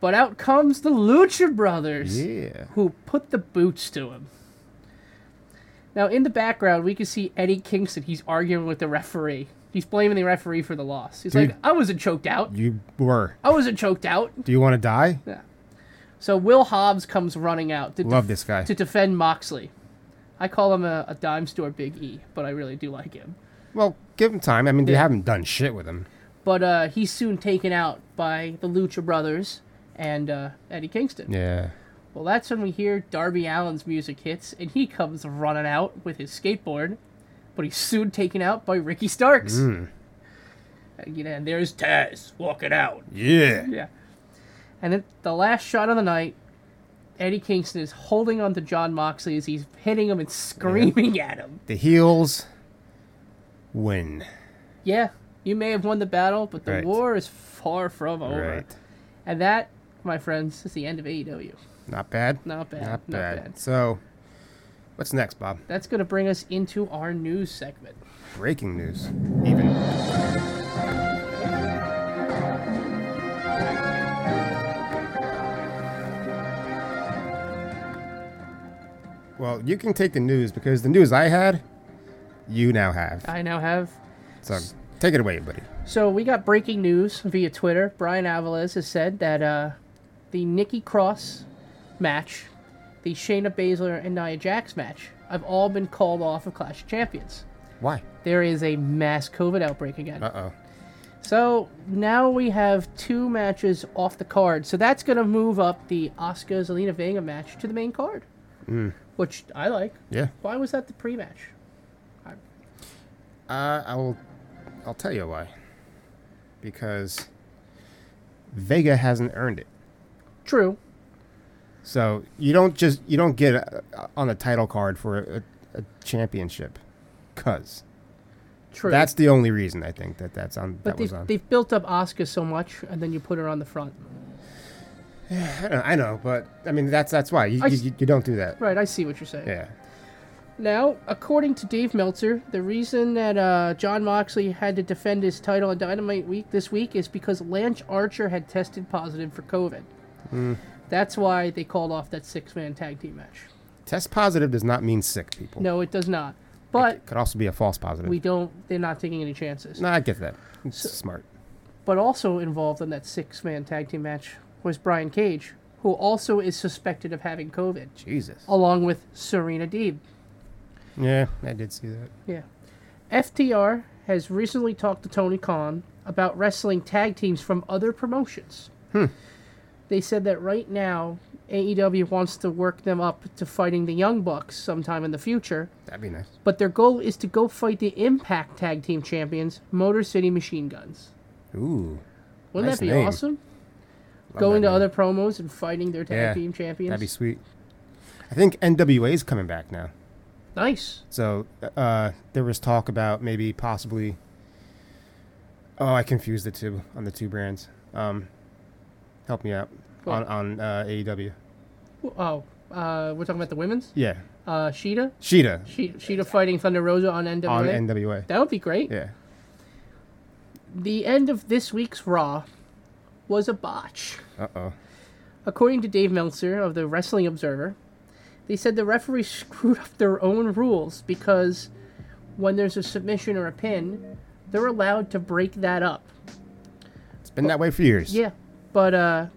But out comes the Lucha Brothers. Yeah. Who put the boots to him. Now, in the background, we can see Eddie Kingston. He's arguing with the referee. He's blaming the referee for the loss. He's Dude. like, I wasn't choked out. You were. I wasn't choked out. Do you want to die? Yeah. So Will Hobbs comes running out to Love this guy. to defend Moxley. I call him a, a dime store Big E, but I really do like him. Well, give him time. I mean, they Yeah. haven't done shit with him. But uh, he's soon taken out by the Lucha Brothers and uh, Eddie Kingston. Yeah. Well, that's when we hear Darby Allen's music hits, and he comes running out with his skateboard, but he's soon taken out by Ricky Starks. Mm. And, you know, and there's Taz walking out. Yeah. Yeah. And then the last shot of the night, Eddie Kingston is holding on to John Moxley as he's hitting him and screaming at him. The heels win. Yeah, you may have won the battle, but the Right. war is far from over. Right. And that, my friends, is the end of E AEW. Not bad. Not bad, Not not bad. bad. So, what's next, Bob? That's going to bring us into our news segment. Breaking news. Even. Well, you can take the news because the news I had, you now have. I now have So take it away, buddy. So we got breaking news via Twitter. Brian Alvarez has said that uh, the Nikki Cross match, the Shayna Baszler and Nia Jax match, have all been called off of Clash of Champions. Why? There is a mass COVID outbreak again. Uh oh. So now we have two matches off the card. So that's going to move up the Oscar Zelina Vega match to the main card, Mm. which I like. Yeah. Why was that the pre-match? Uh, I will. I'll tell you why. Because Vega hasn't earned it. True. So you don't just you don't get uh on the title card for a, a championship, cause. True. That's the only reason I think that that's on. But that was they've, on. they've built up Oscar so much, and then you put her on the front. I know, I know, but I mean that's that's why you, I s- you, you don't do that. Right, I see what you're saying. Yeah. Now, according to Dave Meltzer, the reason that uh, John Moxley had to defend his title on Dynamite Week this week is because Lance Archer had tested positive for COVID. Mm. That's why they called off that six-man tag team match. Test positive does not mean sick people. No, it does not. But Could also be a false positive. we don't. They're not taking any chances. no, I get that. It's smart. But also involved in that six-man tag team match was Brian Cage, who also is suspected of having COVID, Jesus. along with Serena Deeb. Yeah, I did see that. Yeah. FTR has recently talked to Tony Khan about wrestling tag teams from other promotions. Hmm. They said that right now, AEW wants to work them up to fighting the Young Bucks sometime in the future, That'd be nice. but their goal is to go fight the Impact Tag Team Champions, Motor City Machine Guns. Ooh. Wouldn't nice that be name. awesome? Love Going that to other promos and fighting their tag Yeah, team champions. That'd be sweet. I think NWA is coming back now. nice. So uh, there was talk about maybe possibly. Oh, I confused the two on the two brands. Um, help me out on What? on uh, AEW. Oh, uh, we're talking about the women's? Yeah. Uh, Sheeta? Sheeta. She, Sheeta fighting Thunder Rosa on NWA? On NWA. That would be great. Yeah. The end of this week's Raw was a botch. Uh oh. According to Dave Meltzer of the Wrestling Observer, they said the referees screwed up their own rules because when there's a submission or a pin, they're allowed to break that up. It's been that way for years. Yeah, but uh,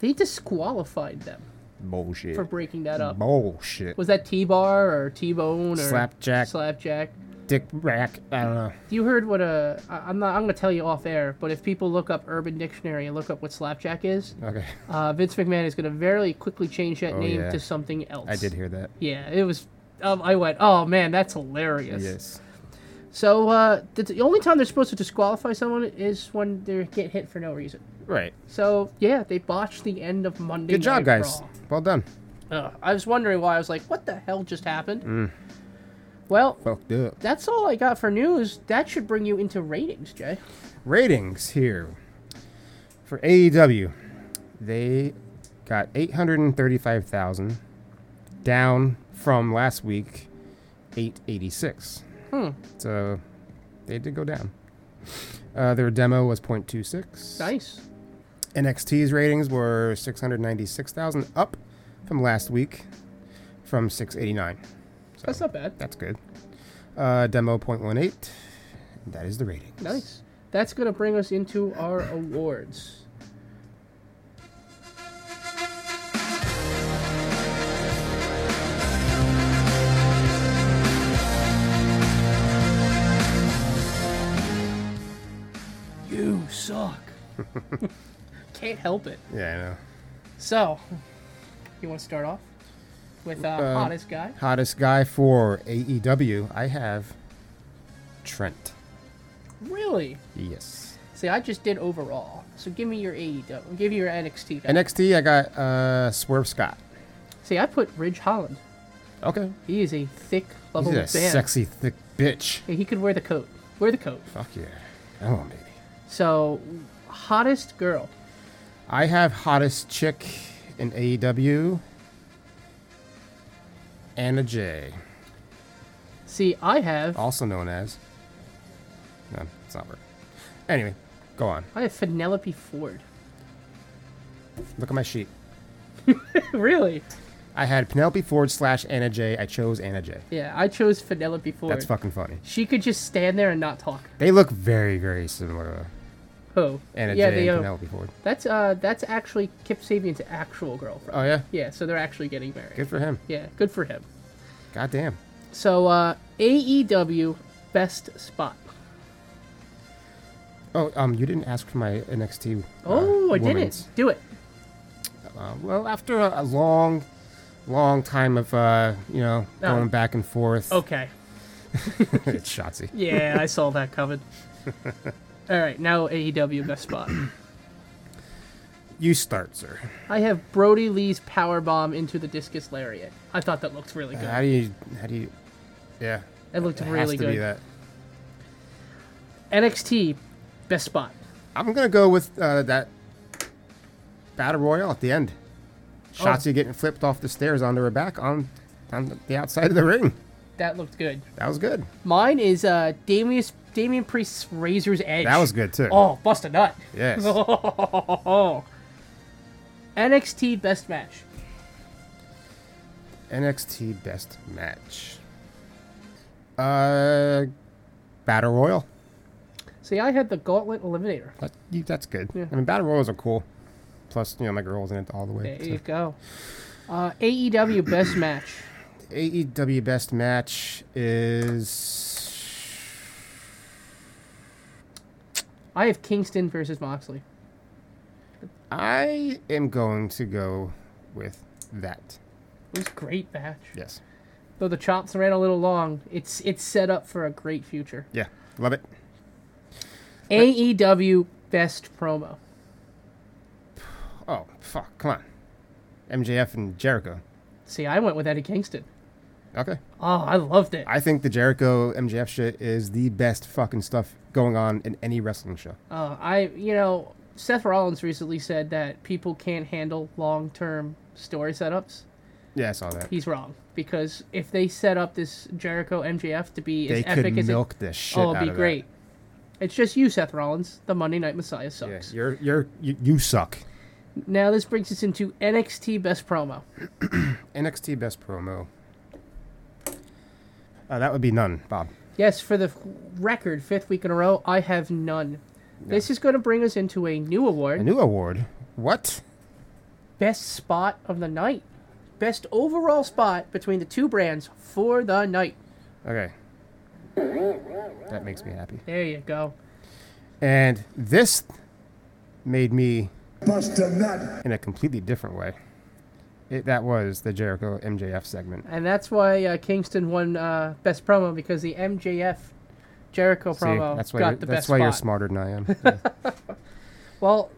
they disqualified them Bullshit. for breaking that up. Bullshit. Was that T-Bar or T-Bone or Slapjack. Slapjack. Dick rack. I don't know. You heard what uh, I- I'm not. I'm gonna tell you off air, but if people look up Urban Dictionary and look up what slapjack is, Okay. uh, Vince McMahon is gonna very quickly change that Oh, name yeah. to something else. I did hear that. Yeah, it was. Um, I went, oh man, that's hilarious. Yes. So uh, the, the only time they're supposed to disqualify someone is when they get hit for no reason. Right. So yeah, they botched the end of Monday. Good job, Night guys. Raw. Well done. Ugh, I was wondering why. I was like, what the hell just happened? Mm. Well, Fucked up. that's all I got for news. That should bring you into ratings, Jay. ratings here for AEW. They got 835,000 down from last week 886. Hmm. So they did go down. Uh, their demo was 0.26. Nice. NXT's ratings were 696,000 up from last week from 689. That's not bad. That's good. Uh, demo 0.18. That is the rating. Nice. That's gonna bring us into our awards. You suck. Can't help it. Yeah, I know. So, you want to start off with uh, Uh, hottest guy? Hottest guy for AEW. I have Trent. Really? Yes. See, I just did overall. So give me your AEW. Give me your NXT guy. NXT. I got uh, Swerve Scott. See, I put Ridge Holland. Okay. He is a thick, He's lovable a man. sexy thick bitch. Yeah, he could wear the coat. Wear the coat. Fuck yeah. Come on, baby. So, hottest girl. I have hottest chick in E AEW. Anna J. See, I have Also known as. No, it's not her. Anyway, go on. I have Penelope Ford. Look at my sheet. really? I had Penelope Ford slash Anna J. I chose Anna J. Yeah, I chose Penelope Ford. That's fucking funny. She could just stand there and not talk. They look very, very similar. Oh, Anna yeah, Jay they uh, and Penelope Ford. That's uh, that's actually Kip Sabian's actual girlfriend. Oh, yeah? Yeah, so they're actually getting married. Good for him. Yeah, good for him. God damn. So uh, AEW best spot. Oh, um, you didn't ask for my NXT. uh, Oh, I women's. didn't do it. Uh, well, after a, a long, long time of uh, you know Oh. going back and forth. Okay. it's Shotzi. Yeah, I saw that coming. All right, now AEW best spot. you start, sir. I have Brody Lee's power bomb into the discus lariat. I thought that looked really good. How do you? How do you? Yeah. It looked has really to Be good. that. NXT best spot. I'm gonna go with uh, that battle royale at the end. Oh. Shotzi getting flipped off the stairs onto her back on, on the outside of the ring. That looked good. That was good. Mine is uh Damian Damian Priest's Razor's Edge. That was good, too. Oh, bust a nut. Yes. NXT best match. NXT Best Match. Uh, Battle Royal. See, I had the Gauntlet Eliminator. That, you- that's good. I mean, Battle Royals are cool. Plus, you know, my girl's in it all the way. There you go. Uh, AEW E best match. so. AEW E Best Match is. I have Kingston versus Moxley. I am going to go with that. It was a great match. Yes. Though the chops ran a little long, it's it's set up for a great future. Yeah. Love it. AEW best promo. Oh, fuck. Come on. MJF and Jericho. See, I went with Eddie Kingston. Okay. Oh, I loved it. I think the Jericho MJF shit is the best fucking stuff going on in any wrestling show. Uh, I you know Seth Rollins recently said that people can't handle long term story setups. Yeah, I saw that. He's wrong because if they set up this Jericho MJF to be They as could epic as milk it, the shit oh, it'd out be of that. great. It's just you, Seth Rollins. The Monday Night Messiah Yeah, sucks. you're you're you, you suck. Now this brings us into NXT Best Promo. NXT best promo. Uh, that would be none, Bob. Yes, for the f- record, fifth week in a row, I have none. This is going to bring us into a new award. A new award. What? Best spot of the night. Best overall spot between the two brands for the night. Okay. That makes me happy. There you go. And this made me Bust a nut. in a completely different way. It, that was the Jericho MJF segment. And that's why uh, Kingston won uh, best promo because the MJF Jericho See, promo that's why got you're, the that's best why spot. you're smarter than I am. Yeah. Well,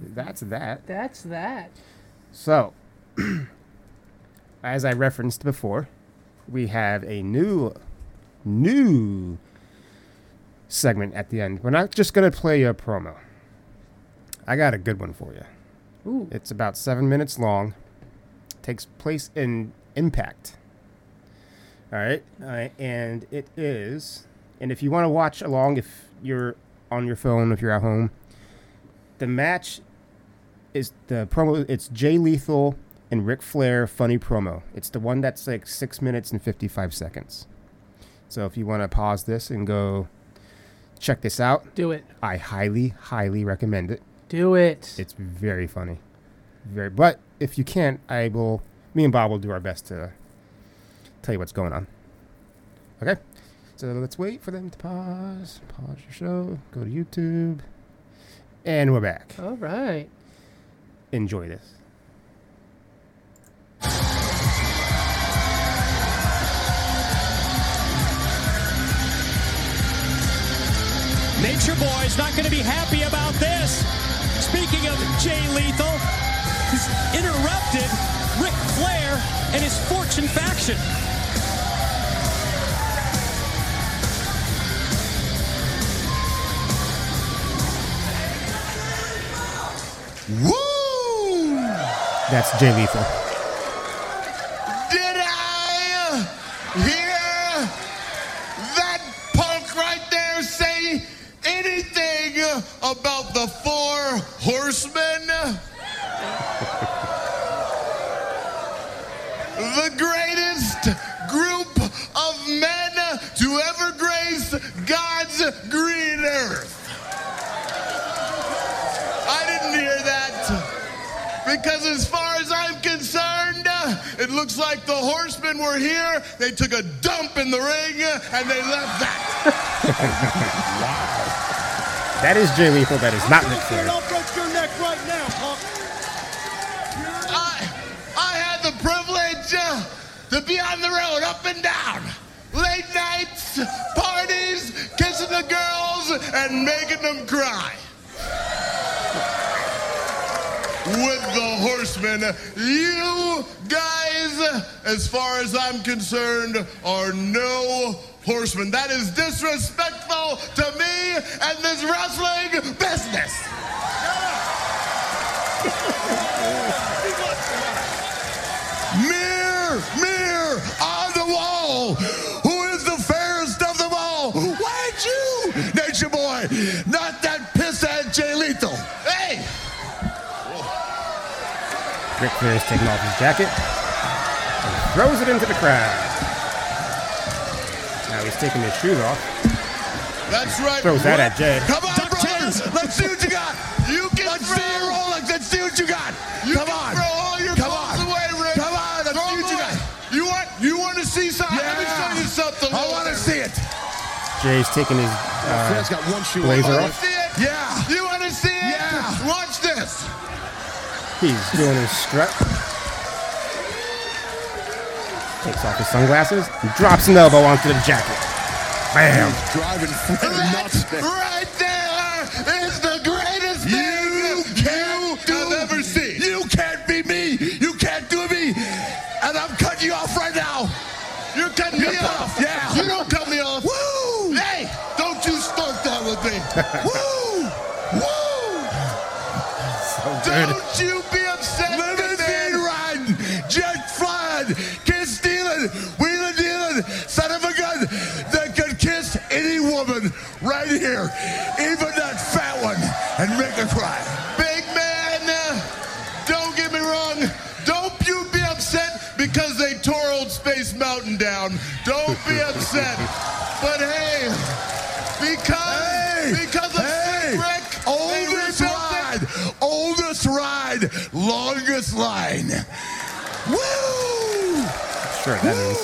that's that. that's that. So, as I referenced before, we have a new, new segment at the end. We're not just going to play a promo. I got a good one for you. Ooh. It's about seven minutes long. Takes place in Impact. All right, all right, and it is. And if you want to watch along, if you're on your phone, if you're at home, the match is the promo. It's Jay Lethal and Ric Flair funny promo. It's the one that's like six minutes and fifty-five seconds. So if you want to pause this and go check this out, do it. I highly, highly recommend it. Do it. It's very funny, very. But if you can't, I will. Me and Bob will do our best to tell you what's going on. Okay. So let's wait for them to pause. Pause your show. Go to YouTube. And we're back. Oh. All right. Enjoy this. Nature Boy's not going to be happy about this. Speaking of Jay Lethal, he's interrupted Ric Flair and his fortune faction. Woo! That's Jay Lethal. Did I hear that punk right there say anything about the four horsemen? the greatest group of men to ever grace God's green earth. I didn't hear that. Because as far as I'm concerned, uh, it looks like the horsemen were here. They took a dump in the ring uh, and they left that. wow. That is Jay Lethal. That is not Ric Flair. break your neck right now, punk. I, I had the privilege uh, to be on the road, up and down. Late nights, parties, kissing the girls, and making them cry. with the horsemen. You guys, as far as I'm concerned, are no horsemen. That is disrespectful to me and this wrestling business. Mirror, mirror on the wall. Who is the fairest of them all? Why it's you, Nature Boy? Not that pisshead Jay Lethal. Hey! Ric Flair is taking off his jacket and throws it into the crowd. Now he's taking his shoes off. That's right. Throws that at Jay. Come on, brothers. Let's see what you got. You can Let's see your Rolex. Let's see what you got. You Come can on. Throw all your Come on. away, Rick. Come on. Let's see what you got. You want? You want to see something? Let me show you something. I want to see it. Jay's taking his Flair's got one uh, shoe blazer on. off. Yeah. You want to see it? Yeah. Watch this. He's doing his strut. Takes off his sunglasses, and drops an elbow onto the jacket. Bam! He's driving Fred nuts. Right there is the greatest you thing can't you have ever seen. You can't be me. You can't do me. And I'm cutting you off right now. You're cutting me off. Yeah. You don't cut me off. Woo! Hey, don't you start that with me. Woo! Woo! Don't you be upset. Limousine riding, jet flying, kiss stealing, wheeling dealing, son of a gun that could kiss any woman right here, even that fat one, and make her cry. Big man, uh, don't get me wrong. Don't you be upset because they tore old Space Mountain down. Don't be upset. but hey, because because of hey, Rick, oldest ride, oldest ride, longest line. Woo! Sure, that is.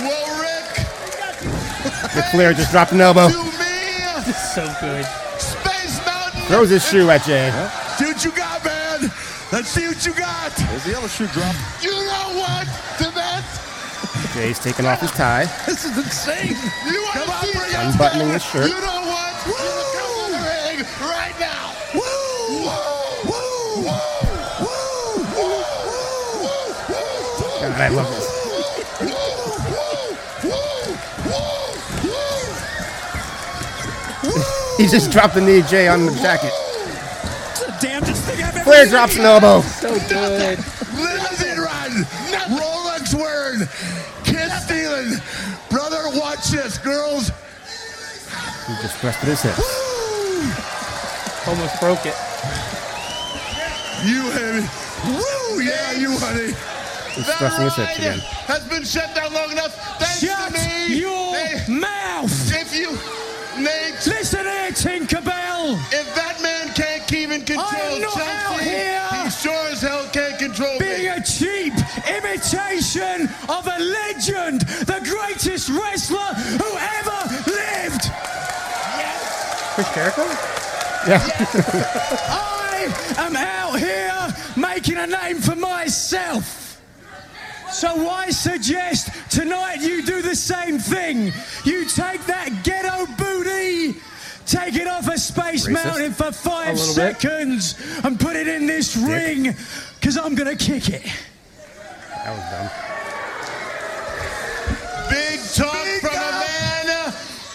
Well, Rick, Ric Flair just dropped an elbow, this is so good. Space Mountain. throws his shoe at Jay. See what you got, man. Let's see what you got. There's the other shoe drop. You know what, Tibet? Jay's taking off his tie, This is insane. You want to see it? unbuttoning his shirt. You know what? Woo! Come on, Greg, right now. Woo! Woo! Woo! Woo! Woo! Woo! God, I love this. He just dropped the knee, Jay, on the jacket. It's the damnedest thing I've ever Flair seen. drops an elbow. So good. Limited run. Rolex wearing. Kid stealing. Brother, watch this, girls. He just thrusted his hips. Almost broke it. You honey. Woo! Yeah, you honey. He's thrusting his hips again. Has been shut down long enough. Thanks Shut to me. Your mouth. If you, Nate. Listen here, Tinkerbell. If that man can't even control Chelsea, he sure as hell can't control Being a cheap imitation of a legend, the greatest wrestler who ever lived. Chris Jericho? Yeah. I am out here making a name for myself. So I suggest tonight you do the same thing. You take that ghetto booty, take it off a Space Racist. Mountain for A five little bit. seconds and put it in this ring, because I'm going to kick it. That was dumb. Big talk from a man uh,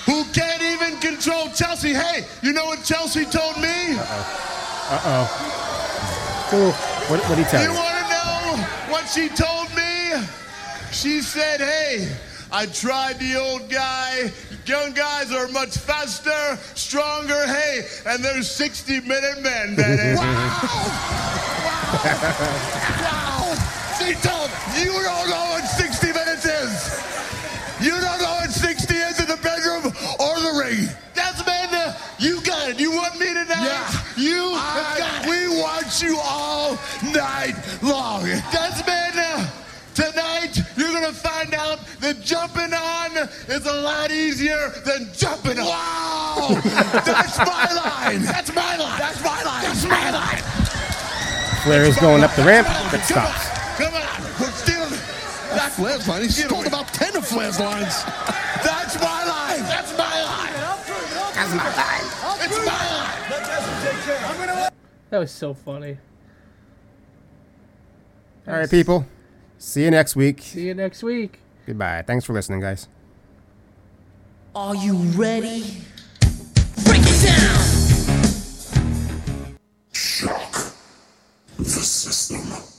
who can't even control Chelsea. Hey, you know what Chelsea told me? Uh oh. Cool. What what he tell You you? want to know what she told me? She said, hey, I tried the old guy. Young guys are much faster, stronger, hey, and they're 60 minute men, that is. wow! She told me, you don't know what 60 minutes is. You don't know what 60 is in the bedroom or the ring. That's Amanda. You got it. You want me tonight? Yeah. You have got it. We want you all night long. That's Amanda. Tonight, you're going to find out that jumping on is a lot easier than jumping off. Wow! That's my line. That's my line. That's my line. That's my line. Flair is going up the ramp, but stops. Come on, we're stealing. That Flair's line. He's told about ten of Flair's lines. That's my line. That's my line. That's my line. It's my line. That was so funny. All right, people. See you next week. See you next week. Goodbye. Thanks for listening, guys. Are you ready? Break it down! the system.